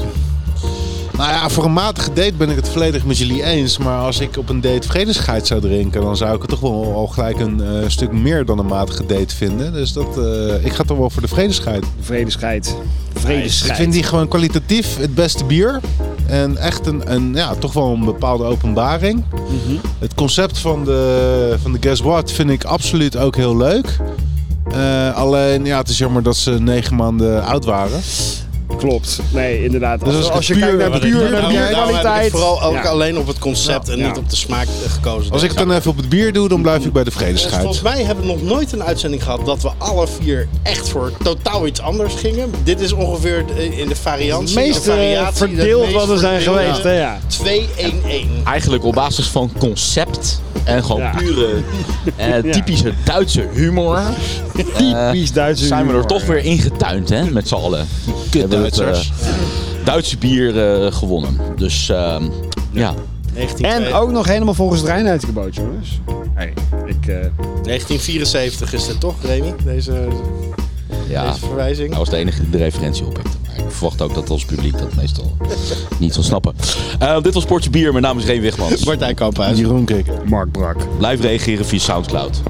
Nou ja, voor een matige date ben ik het volledig met jullie eens. Maar als ik op een date vredesgeit zou drinken, dan zou ik het toch wel al gelijk een eh, stuk meer dan een matige date vinden. Dus dat, eh, ik ga toch wel voor de vredesgeit. Dus
Vredescheid. Vredescheid.
Ik vind die gewoon kwalitatief het beste bier. En echt een, een ja, toch wel een bepaalde openbaring. Het concept van de, van de Guess What vind ik absoluut ook heel leuk. Eh, alleen, ja, het is jammer dat ze negen maanden oud waren.
Klopt. Nee, inderdaad.
Dus
als,
als
als,
ik
je
puur-
kijkt naar
wat
de
ik
puur
nou-
naar
Nou, daarom heb ik
bierkwaliteit.
vooral ook
Ja.
alleen op het concept en
Ja.
niet op de smaak eh, gekozen.
Als ik het dan even op het bier doe, dan blijf ik bij de vredesgeit.
Volgens mij hebben we nog nooit een uitzending gehad dat we alle vier echt voor totaal iets anders gingen. Dit is ongeveer de- in de variant.
Het meest, eh, verdeeld wat we zijn geweest, hè, ja.
2-1-1.
Eigenlijk op basis van concept en gewoon
Ja.
pure eh, typische Duitse humor.
Typisch Duitse
zijn we er
humor,
toch
ja.
weer ingetuind, hè, met z'n allen. Die Kut
Duitsers.
Duitse bier eh, gewonnen. Dus ehm, ja.
19,
En ook nog helemaal volgens het reinheidsgebouw, jongens. Dus, Hey, ik... eh,
1974 is het toch, Remy? Deze,
ja.
deze verwijzing.
Hij was Nou, de enige die de referentie oppikte. Maar ik verwacht ook dat ons publiek dat meestal niet zal snappen. Eh, dit was Portje Bier. Mijn naam is Reen Wigmans.
(laughs) Martijn Kamphuis.
Jeroen Kikker.
Mark Brak.
Blijf reageren via Soundcloud.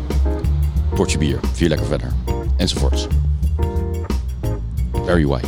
Portje Bier. Vier lekker verder. Enzovoorts. Barry White.